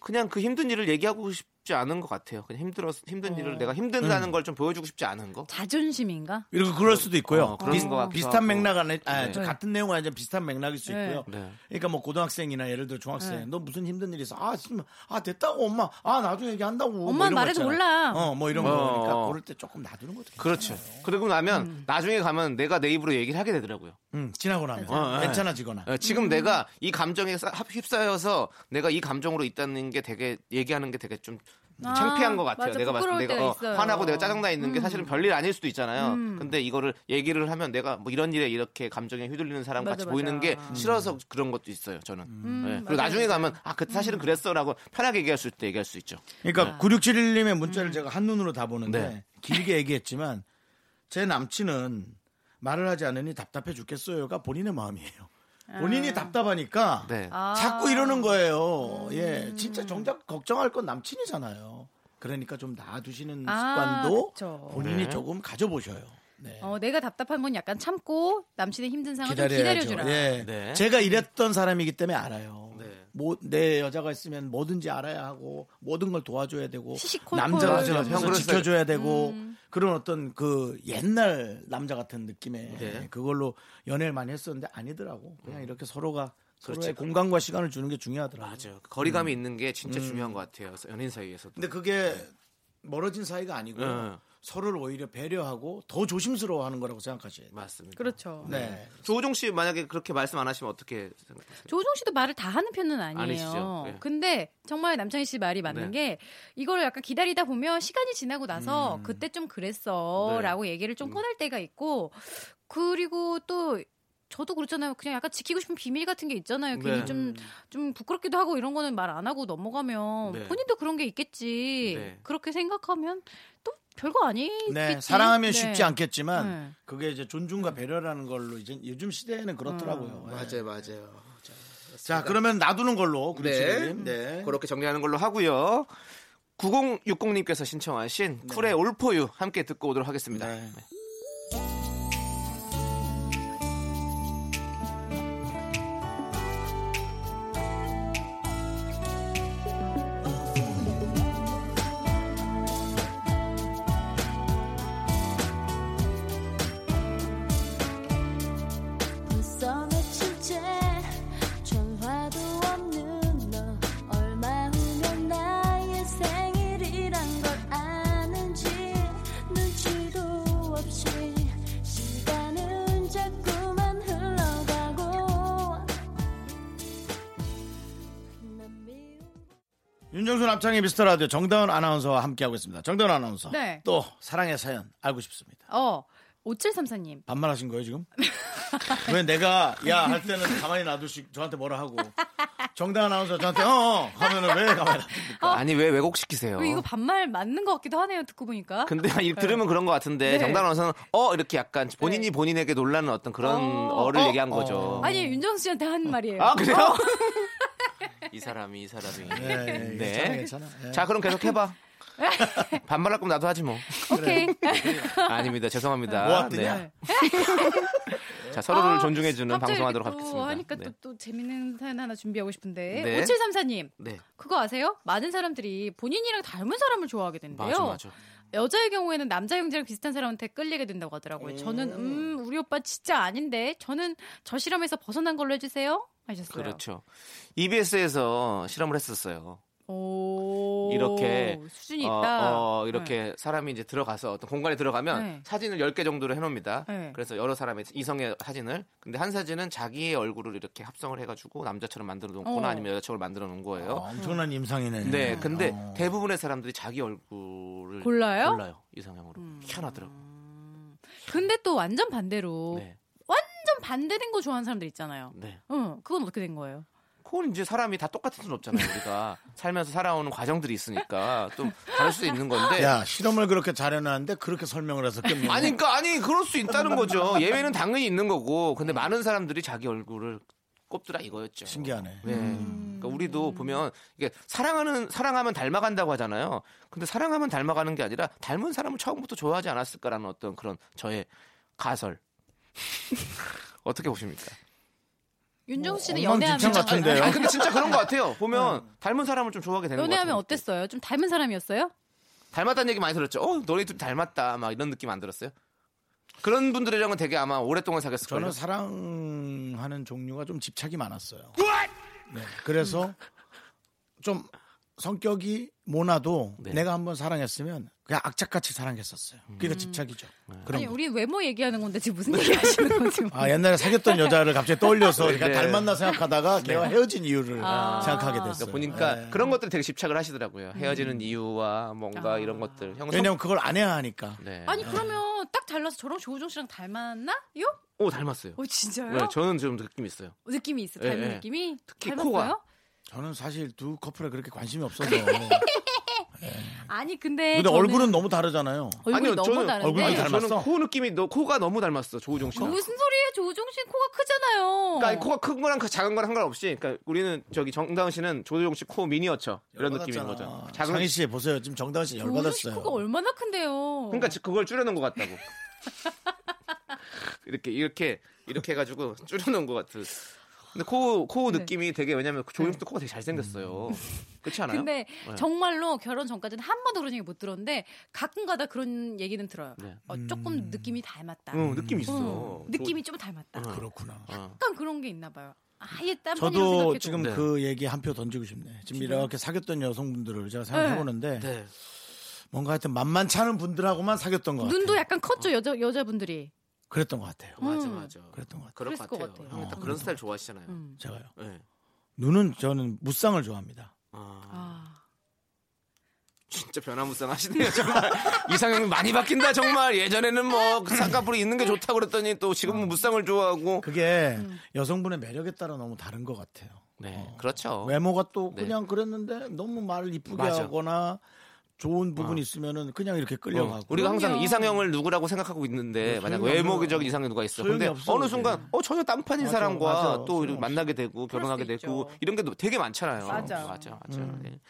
Speaker 2: 그냥 그 힘든 일을 얘기하고 싶지 않은 것 같아요. 그냥 힘들어 힘든 일을 내가 힘든다는 걸 좀 보여주고 싶지 않은 거.
Speaker 10: 자존심인가?
Speaker 1: 이렇게 그럴 수도 있고요.
Speaker 2: 어, 그런
Speaker 1: 비슷,
Speaker 2: 것 같기도
Speaker 1: 비슷한
Speaker 2: 하고.
Speaker 1: 맥락 안에 아,
Speaker 2: 네.
Speaker 1: 저 같은 내용 아니지 비슷한 맥락일 수
Speaker 10: 네.
Speaker 1: 있고요.
Speaker 2: 네.
Speaker 1: 그러니까 뭐 고등학생이나 예를 들어 중학생,
Speaker 10: 네.
Speaker 1: 너 무슨 힘든 일이 있어? 아, 지금 아 됐다고 엄마, 아 나중에 얘기한다고. 뭐
Speaker 10: 엄마
Speaker 1: 이런 거
Speaker 10: 말해도
Speaker 1: 있잖아요.
Speaker 10: 몰라.
Speaker 1: 어, 뭐 이런
Speaker 2: 어.
Speaker 1: 거. 그러니까 그럴 때 조금 놔두는 것도. 괜찮아요.
Speaker 2: 그렇죠. 그러고 나면
Speaker 10: 음.
Speaker 2: 나중에 가면 내가 내 입으로 얘기를 하게 되더라고요.
Speaker 1: 음, 지나고 나면
Speaker 2: 어, 어,
Speaker 1: 괜찮아지거나.
Speaker 2: 어,
Speaker 10: 음.
Speaker 2: 지금 내가 이 감정에 싸- 휩- 휩싸여서 내가 이 감정으로 있다는 게 되게 얘기하는 게 되게 좀
Speaker 10: 아,
Speaker 2: 창피한 것 같아요.
Speaker 10: 맞아,
Speaker 2: 내가 봤을 때
Speaker 10: 부끄러울
Speaker 2: 내가 어,
Speaker 10: 때가 있어요.
Speaker 2: 화나고 내가 짜증나 있는 게
Speaker 10: 음.
Speaker 2: 사실은 별일 아닐 수도 있잖아요.
Speaker 10: 음.
Speaker 2: 근데 이거를 얘기를 하면 내가 뭐 이런 일에 이렇게 감정에 휘둘리는 사람
Speaker 10: 맞아,
Speaker 2: 같이
Speaker 10: 맞아. 음.
Speaker 2: 보이는 게 싫어서 그런 것도 있어요. 저는. 예. 그리고
Speaker 10: 맞아요,
Speaker 2: 나중에
Speaker 10: 맞아요. 음.
Speaker 2: 가면 아, 그 사실은 그랬어라고 편하게 얘기할 수 있을 때 얘기할 수 있죠.
Speaker 10: 네.
Speaker 1: 그러니까 9671님의
Speaker 10: 음.
Speaker 1: 문자를 제가 한눈으로 다 보는데
Speaker 2: 네.
Speaker 1: 길게 얘기했지만 제 남친은 말을 하지 않으니 답답해 죽겠어요가 본인의 마음이에요. 본인이 답답하니까
Speaker 2: 네.
Speaker 10: 아.
Speaker 1: 자꾸 이러는 거예요. 예, 진짜 정작 걱정할 건 남친이잖아요. 그러니까 좀 놔두시는
Speaker 10: 아,
Speaker 1: 습관도
Speaker 10: 그쵸.
Speaker 1: 본인이
Speaker 10: 네.
Speaker 1: 조금 가져보셔요. 네.
Speaker 2: 네.
Speaker 10: 어, 내가 답답한 건 약간 참고 남친의 힘든 상황을 좀
Speaker 1: 기다려야죠.
Speaker 10: 기다려주라.
Speaker 1: 예,
Speaker 2: 네.
Speaker 1: 제가 이랬던 사람이기 때문에 알아요. 뭐, 내 여자가 있으면 뭐든지 알아야 하고 모든 걸 도와줘야 되고
Speaker 10: 시시콜콜. 음.
Speaker 1: 남자가
Speaker 10: 맞아, 맞아.
Speaker 1: 옆에서
Speaker 10: 형 그랬어요.
Speaker 1: 지켜줘야 되고 그런 어떤 그 옛날 남자 같은 느낌의 그걸로 연애를 많이 했었는데 아니더라고 그냥 이렇게 서로가 서로의
Speaker 2: 그렇지.
Speaker 1: 공간과 시간을 주는 게 중요하더라고
Speaker 2: 맞아요.
Speaker 1: 음.
Speaker 2: 거리감이 있는 게 진짜
Speaker 1: 음.
Speaker 2: 중요한 것 같아요. 연인 사이에서도.
Speaker 1: 근데 그게 멀어진 사이가 아니고
Speaker 2: 네.
Speaker 1: 서로를 오히려 배려하고 더 조심스러워하는 거라고 생각하셔야 돼요
Speaker 2: 맞습니다.
Speaker 10: 그렇죠.
Speaker 1: 네.
Speaker 2: 조우종 씨 만약에 그렇게 말씀 안 하시면 어떻게 생각하세요?
Speaker 10: 조종 씨도 말을 다 하는 편은 아니에요.
Speaker 2: 아니시죠. 예.
Speaker 10: 근데 정말 남창희 씨 말이 맞는 게 이걸 약간 기다리다 보면 시간이 지나고 나서 그때 좀
Speaker 12: 네.
Speaker 10: 그랬어라고 얘기를 좀 꺼낼 때가 있고 그리고 또 저도 그렇잖아요. 그냥 약간 지키고 싶은 비밀 같은 게 있잖아요. 괜히
Speaker 12: 네.
Speaker 10: 좀
Speaker 1: 음.
Speaker 10: 좀 부끄럽기도 하고 이런 거는 말 안 하고 넘어가면
Speaker 1: 네.
Speaker 10: 본인도 그런 게 있겠지.
Speaker 1: 네.
Speaker 10: 그렇게 생각하면 또 별거 아니겠지.
Speaker 1: 네, 사랑하면 쉽지
Speaker 10: 네.
Speaker 1: 않겠지만
Speaker 10: 네.
Speaker 1: 그게 이제 존중과 배려라는 걸로 이제 요즘 시대에는
Speaker 10: 음.
Speaker 1: 그렇더라고요. 네.
Speaker 2: 맞아요, 맞아요.
Speaker 1: 자, 그러면 놔두는 걸로
Speaker 2: 네.
Speaker 1: 그렇지.
Speaker 2: 그렇게 정리하는 걸로 하고요. 9060님께서 신청하신 쿨의 올포유 함께 듣고 오도록 하겠습니다. 네.
Speaker 12: 벌써 며칠째 전화도 없는 너 얼마 후면 나의 생일이란 걸 아는지 눈치도 없이 시간은 자꾸만 흘러가고
Speaker 1: 윤정수 남창의 미스터 라디오 정다운 아나운서와 함께하고 있습니다. 정다운 아나운서.
Speaker 10: 네.
Speaker 1: 또 사랑의 사연 알고 싶습니다.
Speaker 10: 어, 5734님.
Speaker 1: 반말하신 거예요 지금? 왜 내가 야 할 때는 가만히 놔두시 저한테 뭐라 하고 정다운 아나운서 저한테 어, 어 하면은 왜 가만히 놔둡니까?
Speaker 2: 그러니까 아니 왜 왜곡시키세요?
Speaker 10: 어? 이거 반말 맞는 것 같기도 하네요. 듣고 보니까.
Speaker 2: 근데 이 들으면 그런 것 같은데
Speaker 10: 네.
Speaker 2: 정단 원서는 어 이렇게 약간 본인이 본인에게 놀라는 어떤 그런
Speaker 10: 어.
Speaker 2: 어. 를
Speaker 10: 어.
Speaker 2: 얘기한 거죠.
Speaker 10: 아니 어. 윤정수 씨한테 한 말이에요.
Speaker 2: 아, 그래요? 이 사람이 이 사람이.
Speaker 10: 예,
Speaker 1: 예, 괜찮아요, 괜찮아요. 예.
Speaker 2: 네. 자 그럼 계속 해봐. 반말할 거면 나도 하지 뭐.
Speaker 10: 오케이.
Speaker 2: 아닙니다. 죄송합니다. 네.
Speaker 1: 뭐 왔더냐?
Speaker 2: 자 서로를
Speaker 10: 아,
Speaker 2: 존중해주는
Speaker 10: 갑자기
Speaker 2: 방송하도록
Speaker 10: 이렇게 또
Speaker 2: 하겠습니다.
Speaker 10: 하니까
Speaker 2: 네.
Speaker 10: 또, 또 재밌는 사연 하나 준비하고 싶은데
Speaker 2: 네.
Speaker 10: 5734님
Speaker 2: 네.
Speaker 10: 그거 아세요? 많은 사람들이 본인이랑 닮은 사람을 좋아하게 된대요.
Speaker 2: 맞아 맞아.
Speaker 10: 여자의 경우에는 남자 형제랑 비슷한 사람한테 끌리게 된다고 하더라고요. 저는 음 우리 오빠 진짜 아닌데 저는 저 실험에서 벗어난 걸로 해주세요 하셨어요.
Speaker 2: 그렇죠. EBS에서 실험을 했었어요. 이렇게
Speaker 10: 수준이
Speaker 2: 어,
Speaker 10: 있다.
Speaker 2: 어, 이렇게 사람이 이제 들어가서 어떤 공간에 들어가면
Speaker 10: 그러니까. 네.
Speaker 2: 사진을 10개 정도로 해 놓습니다.
Speaker 10: 네.
Speaker 2: 그래서 여러 사람의 이성의 사진을 근데 한 사진은 자기의 얼굴을 이렇게 합성을 해 가지고 남자처럼 만들어 놓거나
Speaker 1: 어.
Speaker 2: 아니면 여자처럼 만들어 놓은 거예요.
Speaker 10: 아.
Speaker 1: 엄청난 임상이네. 어.
Speaker 2: 네, 근데 대부분의 사람들이 자기 얼굴을
Speaker 10: 골라요? 음.
Speaker 2: 이상형으로 희한하더라고. 요
Speaker 10: 근데 또 완전 반대로
Speaker 2: 네.
Speaker 10: 완전 반대된 거 좋아하는 사람들 있잖아요.
Speaker 2: 네.
Speaker 10: 응, 그건 어떻게 된 거예요?
Speaker 2: 그건 이제 사람이 다 똑같은 수는 없잖아요. 우리가 살면서 살아오는 과정들이 있으니까 좀 다를 수도 있는 건데.
Speaker 1: 야 실험을 그렇게 잘해놨는데 그렇게 설명을 해서 끝내.
Speaker 2: 네. 아니, 그러니까 아니 그럴 수 있다는 거죠. 예외는 당연히 있는 거고, 근데 많은 사람들이 자기 얼굴을 꼽더라 이거였죠.
Speaker 1: 신기하네.
Speaker 2: 네.
Speaker 1: 음.
Speaker 2: 그러니까 우리도 보면 이게 사랑하는 사랑하면 닮아간다고 하잖아요. 근데 사랑하면 닮아가는 게 아니라 닮은 사람을 처음부터 좋아하지 않았을까라는 어떤 그런 저의 가설. 어떻게 보십니까?
Speaker 10: 윤정수 씨는 연애하면
Speaker 2: 뭐 엉망진창
Speaker 1: 네.
Speaker 2: 아니, 근데 진짜 그런 것 같아요. 보면
Speaker 1: 음.
Speaker 2: 닮은 사람을 좀 좋아하게 되는 것
Speaker 10: 연애하면
Speaker 2: 같아요.
Speaker 10: 어땠어요? 좀 닮은 사람이었어요?
Speaker 2: 닮았다는 얘기 많이 들었죠. 어, 너네 둘 닮았다. 막 이런 느낌 안 들었어요? 그런 분들이랑은 되게 아마 오랫동안 사귀었을 거예요.
Speaker 1: 저는 사랑하는 종류가 좀 집착이 많았어요. 네, 그래서 좀 성격이 모나도
Speaker 2: 네.
Speaker 1: 내가 한번 사랑했으면 그냥 악착같이 사랑했었어요. 그러니까
Speaker 10: 음.
Speaker 1: 집착이죠.
Speaker 2: 네.
Speaker 1: 그런
Speaker 10: 아니
Speaker 1: 거.
Speaker 10: 우리 외모 얘기하는 건데 지금 무슨 얘기하시는 거지? 뭐.
Speaker 1: 아 옛날에 사귀었던 여자를 갑자기 떠올려서
Speaker 2: 네.
Speaker 1: 그러니까 닮았나 생각하다가 걔와
Speaker 2: 네.
Speaker 1: 헤어진 이유를
Speaker 10: 아.
Speaker 1: 생각하게 됐어요. 네.
Speaker 2: 그러니까 보니까 그런 것들을 되게 집착을 하시더라고요.
Speaker 10: 음.
Speaker 2: 헤어지는 이유와 뭐 뭔가 이런 것들. 형
Speaker 1: 왜냐면 그걸 안 해야 하니까.
Speaker 2: 네.
Speaker 10: 아. 아니 그러면 딱 달라서 저랑 조우종 씨랑 닮았나요?
Speaker 2: 오 닮았어요.
Speaker 10: 어 진짜요?
Speaker 2: 네, 저는 좀 느낌 있어요.
Speaker 10: 느낌이 있어
Speaker 2: 예,
Speaker 10: 닮은
Speaker 2: 예.
Speaker 10: 느낌이
Speaker 2: 특히
Speaker 10: 닮았어요?
Speaker 2: 코가.
Speaker 1: 저는 사실 두 커플에 그렇게 관심이 없어서.
Speaker 10: 네, 아니 근데
Speaker 1: 근데
Speaker 10: 저는
Speaker 1: 얼굴은 너무 다르잖아요.
Speaker 10: 얼굴이 너무 다른데.
Speaker 1: 얼굴이 닮았어.
Speaker 2: 저는 코 느낌이 너 코가 너무 닮았어 조우종 씨랑.
Speaker 10: 무슨 어. 소리예요? 조우종 씨 코가 크잖아요.
Speaker 2: 그러니까 아니, 코가 큰 거랑 그 작은 거랑 상관없이 그러니까 우리는 저기 정다은 씨는 조우종 씨 코 미니어처 이런 느낌인 거죠. 작은
Speaker 1: 상희 아, 씨 보세요. 지금 정다은 씨
Speaker 10: 조우종 씨
Speaker 1: 열받았어요.
Speaker 10: 코가 얼마나 큰데요?
Speaker 2: 그러니까 지- 그걸 줄여놓은 것 같다고. 이렇게 이렇게 이렇게 해가지고 줄여놓은 것 같은. 근데 코, 코
Speaker 10: 네.
Speaker 2: 느낌이 되게 왜냐면 그 조용도 코가 되게 잘생겼어요. 그렇지 않아요?
Speaker 10: 음. 근데
Speaker 2: 네.
Speaker 10: 정말로 결혼 전까지는 한 번도 그런 얘기 못 들었는데 가끔가다 그런 얘기는 들어요.
Speaker 2: 네.
Speaker 10: 어, 조금 느낌이 닮았다.
Speaker 2: 응, 느낌 있어.
Speaker 10: 어, 느낌이 좀 닮았다.
Speaker 1: 그렇구나.
Speaker 10: 약간 그런 게 있나 봐요. 아예 딴
Speaker 1: 저도 지금
Speaker 2: 네.
Speaker 1: 그 얘기 한 표 던지고 싶네. 지금 이렇게 사귀었던 여성분들을 제가
Speaker 10: 네.
Speaker 1: 생각해보는데
Speaker 2: 네,
Speaker 1: 뭔가 하여튼 만만치 않은 분들하고만 사귀었던 것 같아요.
Speaker 10: 눈도 약간 컸죠 여자 여자분들이.
Speaker 1: 그랬던 것 같아요.
Speaker 10: 맞아, 음.
Speaker 2: 맞아.
Speaker 1: 그랬던 것 같아요.
Speaker 2: 그럴
Speaker 10: 그랬을
Speaker 2: 것
Speaker 10: 것
Speaker 2: 같아요.
Speaker 10: 같아요.
Speaker 2: 형이 딱 그런 스타일 좋아하시잖아요.
Speaker 1: 제가요.
Speaker 2: 네.
Speaker 1: 눈은 저는 무쌍을 좋아합니다.
Speaker 2: 어. 진짜 변화무쌍 하시네요 정말 이상형이 많이 바뀐다 정말 예전에는 뭐 쌍꺼풀이 있는 게 좋다고 그랬더니 또 지금은 무쌍을 좋아하고
Speaker 1: 그게 여성분의 매력에 따라 너무 다른 것 같아요.
Speaker 2: 네 그렇죠
Speaker 1: 외모가 또
Speaker 2: 네.
Speaker 1: 그냥 그랬는데 너무 말을 이쁘게
Speaker 2: 맞아. 어.
Speaker 1: 하거나 좋은 부분이 있으면은 그냥 이렇게 끌려가고
Speaker 2: 우리가 항상 이상형을 누구라고 생각하고 있는데
Speaker 1: 네,
Speaker 2: 만약
Speaker 1: 소용이
Speaker 2: 외모적인 이상형 누가 있어.
Speaker 1: 소용이
Speaker 2: 근데
Speaker 1: 없어,
Speaker 2: 어느
Speaker 1: 그게.
Speaker 2: 순간 어 전혀 딴판인
Speaker 1: 맞아,
Speaker 2: 사람과
Speaker 1: 맞아,
Speaker 2: 또 이렇게
Speaker 1: 소용없어.
Speaker 2: 만나게 되고 결혼하게 되고 이런 게 너- 되게 많잖아요.
Speaker 10: 맞아.
Speaker 2: 맞아. 맞아.
Speaker 1: 음.
Speaker 2: 네.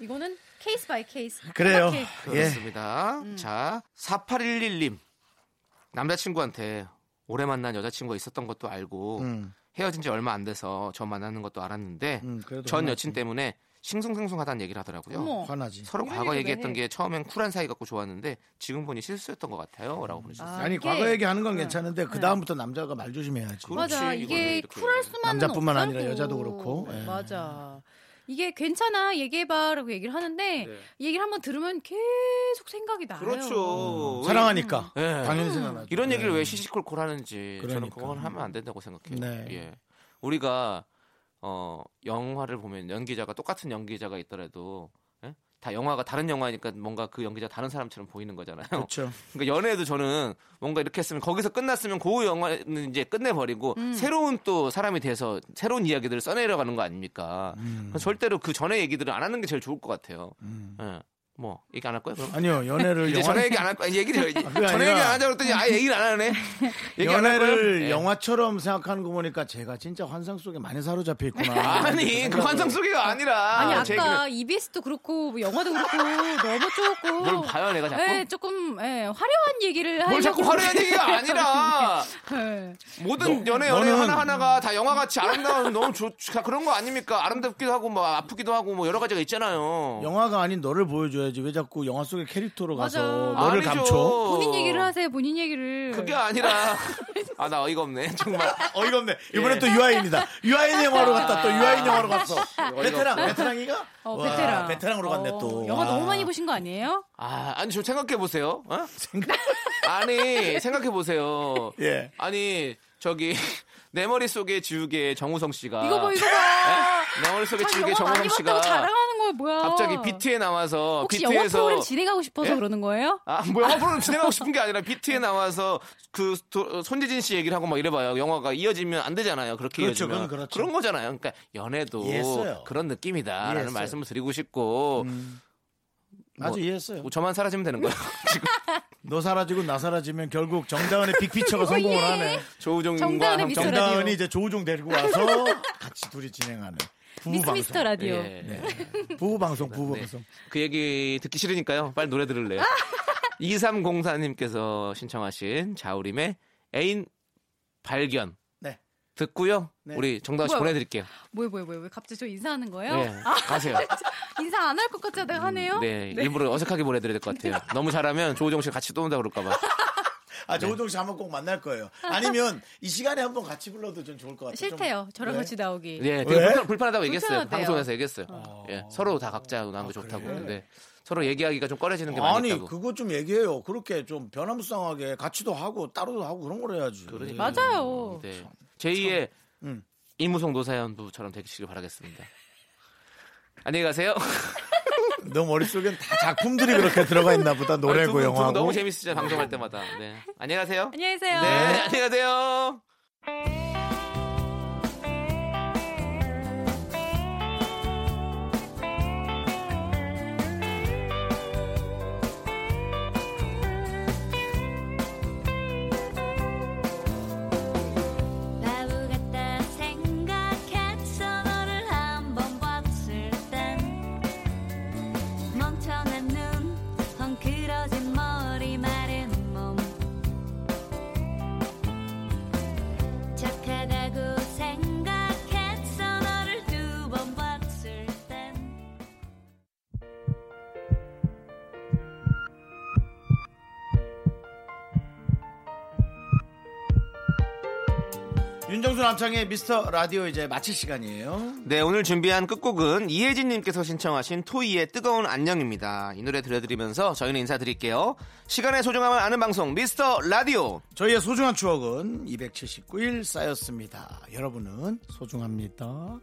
Speaker 10: 이거는 케이스 바이 케이스.
Speaker 1: 그래요. 예.
Speaker 2: 그렇습니다. 예.
Speaker 1: 음.
Speaker 2: 자, 4811님. 남자친구한테 오래 만난 여자친구가 있었던 것도 알고
Speaker 1: 음.
Speaker 2: 헤어진 지 얼마 안 돼서 저 만나는 것도 알았는데
Speaker 1: 그래도
Speaker 2: 전
Speaker 1: 화나지.
Speaker 2: 여친 때문에 싱숭생숭하다는 얘기를 하더라고요.
Speaker 1: 어머. 화나지.
Speaker 2: 서로
Speaker 1: 이런
Speaker 2: 과거
Speaker 1: 얘기를 왜
Speaker 2: 얘기했던
Speaker 1: 해?
Speaker 2: 게 처음엔 쿨한 사이 같고 좋았는데 지금 보니 실수였던 것 같아요. 라고 보내주셨어요.
Speaker 1: 아니 과거 얘기하는 건 괜찮은데 그 다음부터 남자가 말 조심해야지.
Speaker 2: 그
Speaker 10: 맞아 이게 쿨할 수만은
Speaker 1: 남자뿐만 아니라
Speaker 10: 없다고. 네,
Speaker 1: 여자도 그렇고. 예.
Speaker 10: 맞아. 이게 괜찮아 얘기해봐라고 얘기를 하는데 이 얘기를 한번 들으면 계속 생각이 나요.
Speaker 2: 네. 그렇죠.
Speaker 1: 음, 아, 사랑하니까
Speaker 2: 예.
Speaker 1: 당연히 생각나죠.
Speaker 2: 이런 얘기를
Speaker 1: 예.
Speaker 2: 왜 시시콜콜 하는지 저는
Speaker 1: 그러니까.
Speaker 2: 그건 하면 안 된다고 생각해요.
Speaker 1: 네.
Speaker 2: 예. 우리가 어 영화를 보면 연기자가 똑같은 연기자가 있더라도 예? 다 영화가 다른 영화니까 뭔가 그 연기자 다른 사람처럼 보이는 거잖아요.
Speaker 1: 그렇죠.
Speaker 2: 그러니까 연애도 저는 뭔가 이렇게 했으면 거기서 끝났으면 그 영화는 이제 끝내버리고 새로운 또 사람이 돼서 새로운 이야기들을 써내려가는 거 아닙니까?
Speaker 1: 음.
Speaker 2: 그래서 절대로 그 전에 얘기들을 안 하는 게 제일 좋을 것 같아요. 예. 뭐 얘기 안 할 거예요? 그럼?
Speaker 1: 아니요 연애를
Speaker 2: 이제
Speaker 1: 영화
Speaker 2: 전에 얘기 안 할 거야. 얘기를
Speaker 1: 아, 그게
Speaker 2: 전에 얘기
Speaker 1: 아니라-
Speaker 2: 안 하자 그랬더니 아예 얘기를 안 하네. 얘기 안 할 거예요?
Speaker 1: 연애를
Speaker 2: 예.
Speaker 1: 영화처럼 생각하는 거 보니까 제가 진짜 환상 속에 많이 사로잡혀 있구나.
Speaker 2: 아니 그 환상 속이가 아니라
Speaker 10: 아니 아까
Speaker 2: 제 얘기는
Speaker 10: EBS도 그렇고 뭐 영화도 그렇고 너무 조금
Speaker 2: 뭘 봐요, 내가 자꾸?
Speaker 10: 네, 조금 예, 화려한 얘기를
Speaker 2: 뭘 자꾸
Speaker 10: 하려고
Speaker 2: 화려한 얘기가 아니라
Speaker 10: 네.
Speaker 2: 모든 연애 연애 하나 하나가 다 영화같이 아름다운 너무 좋 다 그런 거 아닙니까? 아름답기도 하고 막 아프기도 하고 뭐 여러 가지가 있잖아요.
Speaker 1: 영화가 아닌 너를 보여줘야지 왜 자꾸 영화 속의 캐릭터로 가서 너를
Speaker 2: 아니죠.
Speaker 1: 감춰?
Speaker 10: 본인 얘기를 하세요 본인 얘기를
Speaker 2: 어. 그게 아니라 아 나 어이가 없네 정말
Speaker 1: 어이가 없네 이번에
Speaker 10: 예.
Speaker 1: 또 유아인이다. 유아인 영화로 갔다 또 유아인 영화로 갔어.
Speaker 2: 어이가
Speaker 1: 베테랑
Speaker 2: 없어.
Speaker 1: 베테랑이가
Speaker 10: 어,
Speaker 1: 와,
Speaker 10: 베테랑
Speaker 1: 베테랑으로 갔네
Speaker 10: 어,
Speaker 1: 또. 아.
Speaker 10: 영화
Speaker 1: 와.
Speaker 10: 너무 많이 보신 거 아니에요?
Speaker 2: 아, 아니 좀 생각해 보세요. 어? 아니 생각해 보세요.
Speaker 1: 예.
Speaker 2: 아니 저기 내 머릿 속에 지우개 정우성 씨가
Speaker 10: 이거 봐 이거 봐
Speaker 2: 예? 내 머릿 속에
Speaker 10: 자기
Speaker 2: 지우개
Speaker 10: 영화 많이
Speaker 2: 정우성 씨가
Speaker 10: 봤다고 자랑하는 거야 뭐야
Speaker 2: 갑자기 비트에 나와서
Speaker 10: 혹시 영화
Speaker 2: 비트에서
Speaker 10: 프로그램 진행하고 싶어서
Speaker 2: 예?
Speaker 10: 그러는 거예요?
Speaker 2: 아, 뭐 영화 프로그램 진행하고 싶은 게 아니라 비트에 나와서 그 도- 손재진 씨 얘기를 하고 막 이래봐요. 영화가 이어지면 안 되잖아요. 그렇게
Speaker 1: 그렇죠,
Speaker 2: 이어지면
Speaker 1: 그건 그렇죠.
Speaker 2: 런 거잖아요. 그러니까 연애도
Speaker 1: 이해했어요.
Speaker 2: 그런 느낌이다라는
Speaker 1: 이해했어요. 음.
Speaker 2: 말씀을 드리고 싶고
Speaker 1: 아주 이해했어요.
Speaker 2: 뭐 저만 사라지면 되는 거예요.
Speaker 1: 너 사라지고 나 사라지면 결국 정다은의 빅피처가 성공을 하네.
Speaker 2: 조우종과 함께
Speaker 10: 정다은의 미스터 어, 예. 라디오.
Speaker 1: 정다은이 이제 조우종 데리고 와서 같이 둘이 진행하는 부부
Speaker 10: 미스
Speaker 1: 음, 방송.
Speaker 10: 미스터 라디오
Speaker 2: 예.
Speaker 1: 네. 부부 방송, 부부 방송.
Speaker 2: 그 얘기 듣기 싫으니까요. 빨리 노래 들을래요. 2304님께서 신청하신 자우림의 애인 발견.
Speaker 1: 네.
Speaker 2: 듣고요. 우리 정다은 씨
Speaker 10: 네. 뭐야,
Speaker 2: 보내드릴게요.
Speaker 10: 뭐야 뭐야 뭐야 왜 갑자기 저 인사하는 거예요?
Speaker 2: 네,
Speaker 10: 아,
Speaker 2: 가세요.
Speaker 10: 인사 안 할 것 같지
Speaker 2: 음,
Speaker 10: 않다가 하네요?
Speaker 2: 네, 일부러 어색하게 보내드려야 될 것 같아요. 너무 잘하면 조우정 씨 같이 또 온다 그럴까봐.
Speaker 1: 아, 조우종 씨 한번 꼭 만날 거예요. 아니면 이 시간에 한번 같이 불러도 전 좋을 것 같아요. 좀- 네.
Speaker 10: 싫대요. 저랑
Speaker 1: 왜?
Speaker 10: 같이 나오기.
Speaker 2: 예, 되게
Speaker 1: 왜?
Speaker 2: 불편, 하다고 얘기했어요.
Speaker 10: 불편하대요. 아.
Speaker 2: 방송에서 얘기했어요. 예, 서로 다 각자 나온 게 좋다고. 근데 서로 얘기하기가 좀 꺼려지는 게 많이
Speaker 1: 아니,
Speaker 2: 있다고.
Speaker 1: 그거 좀 얘기해요. 그렇게 좀 변화무쌍하게 같이도 하고 따로도 하고 그런 걸 해야지.
Speaker 10: 맞아요.
Speaker 2: 네. 제2의
Speaker 10: 음.
Speaker 2: 이무송 노사연부처럼 되시길 바라겠습니다. 안녕히 가세요.
Speaker 1: 너 머릿속엔 다 작품들이 그렇게 들어가 있나 보다.
Speaker 2: 두 분,
Speaker 1: 노래고
Speaker 2: 두분
Speaker 1: 영화고.
Speaker 2: 너무 재밌으죠 방송할 때마다. 네. 안녕히 가세요.
Speaker 10: 안녕히 계세요.
Speaker 2: 네, 안녕히 가세요.
Speaker 3: 바보 같다 생각했어 너를 한번 봤을 땐 멍청한 눈 헝클어진 머리 마른 몸 착하다고 생각했어 너를 두 번 봤을 땐
Speaker 1: 윤정수 남창의 미스터 라디오 이제 마칠 시간이에요.
Speaker 2: 네, 오늘 준비한 끝곡은 이혜진님께서 신청하신 토이의 뜨거운 안녕입니다. 이 노래 들려드리면서 저희는 인사드릴게요. 시간의 소중함을 아는 방송, 미스터 라디오.
Speaker 1: 저희의 소중한 추억은 279일 쌓였습니다. 여러분은 소중합니다.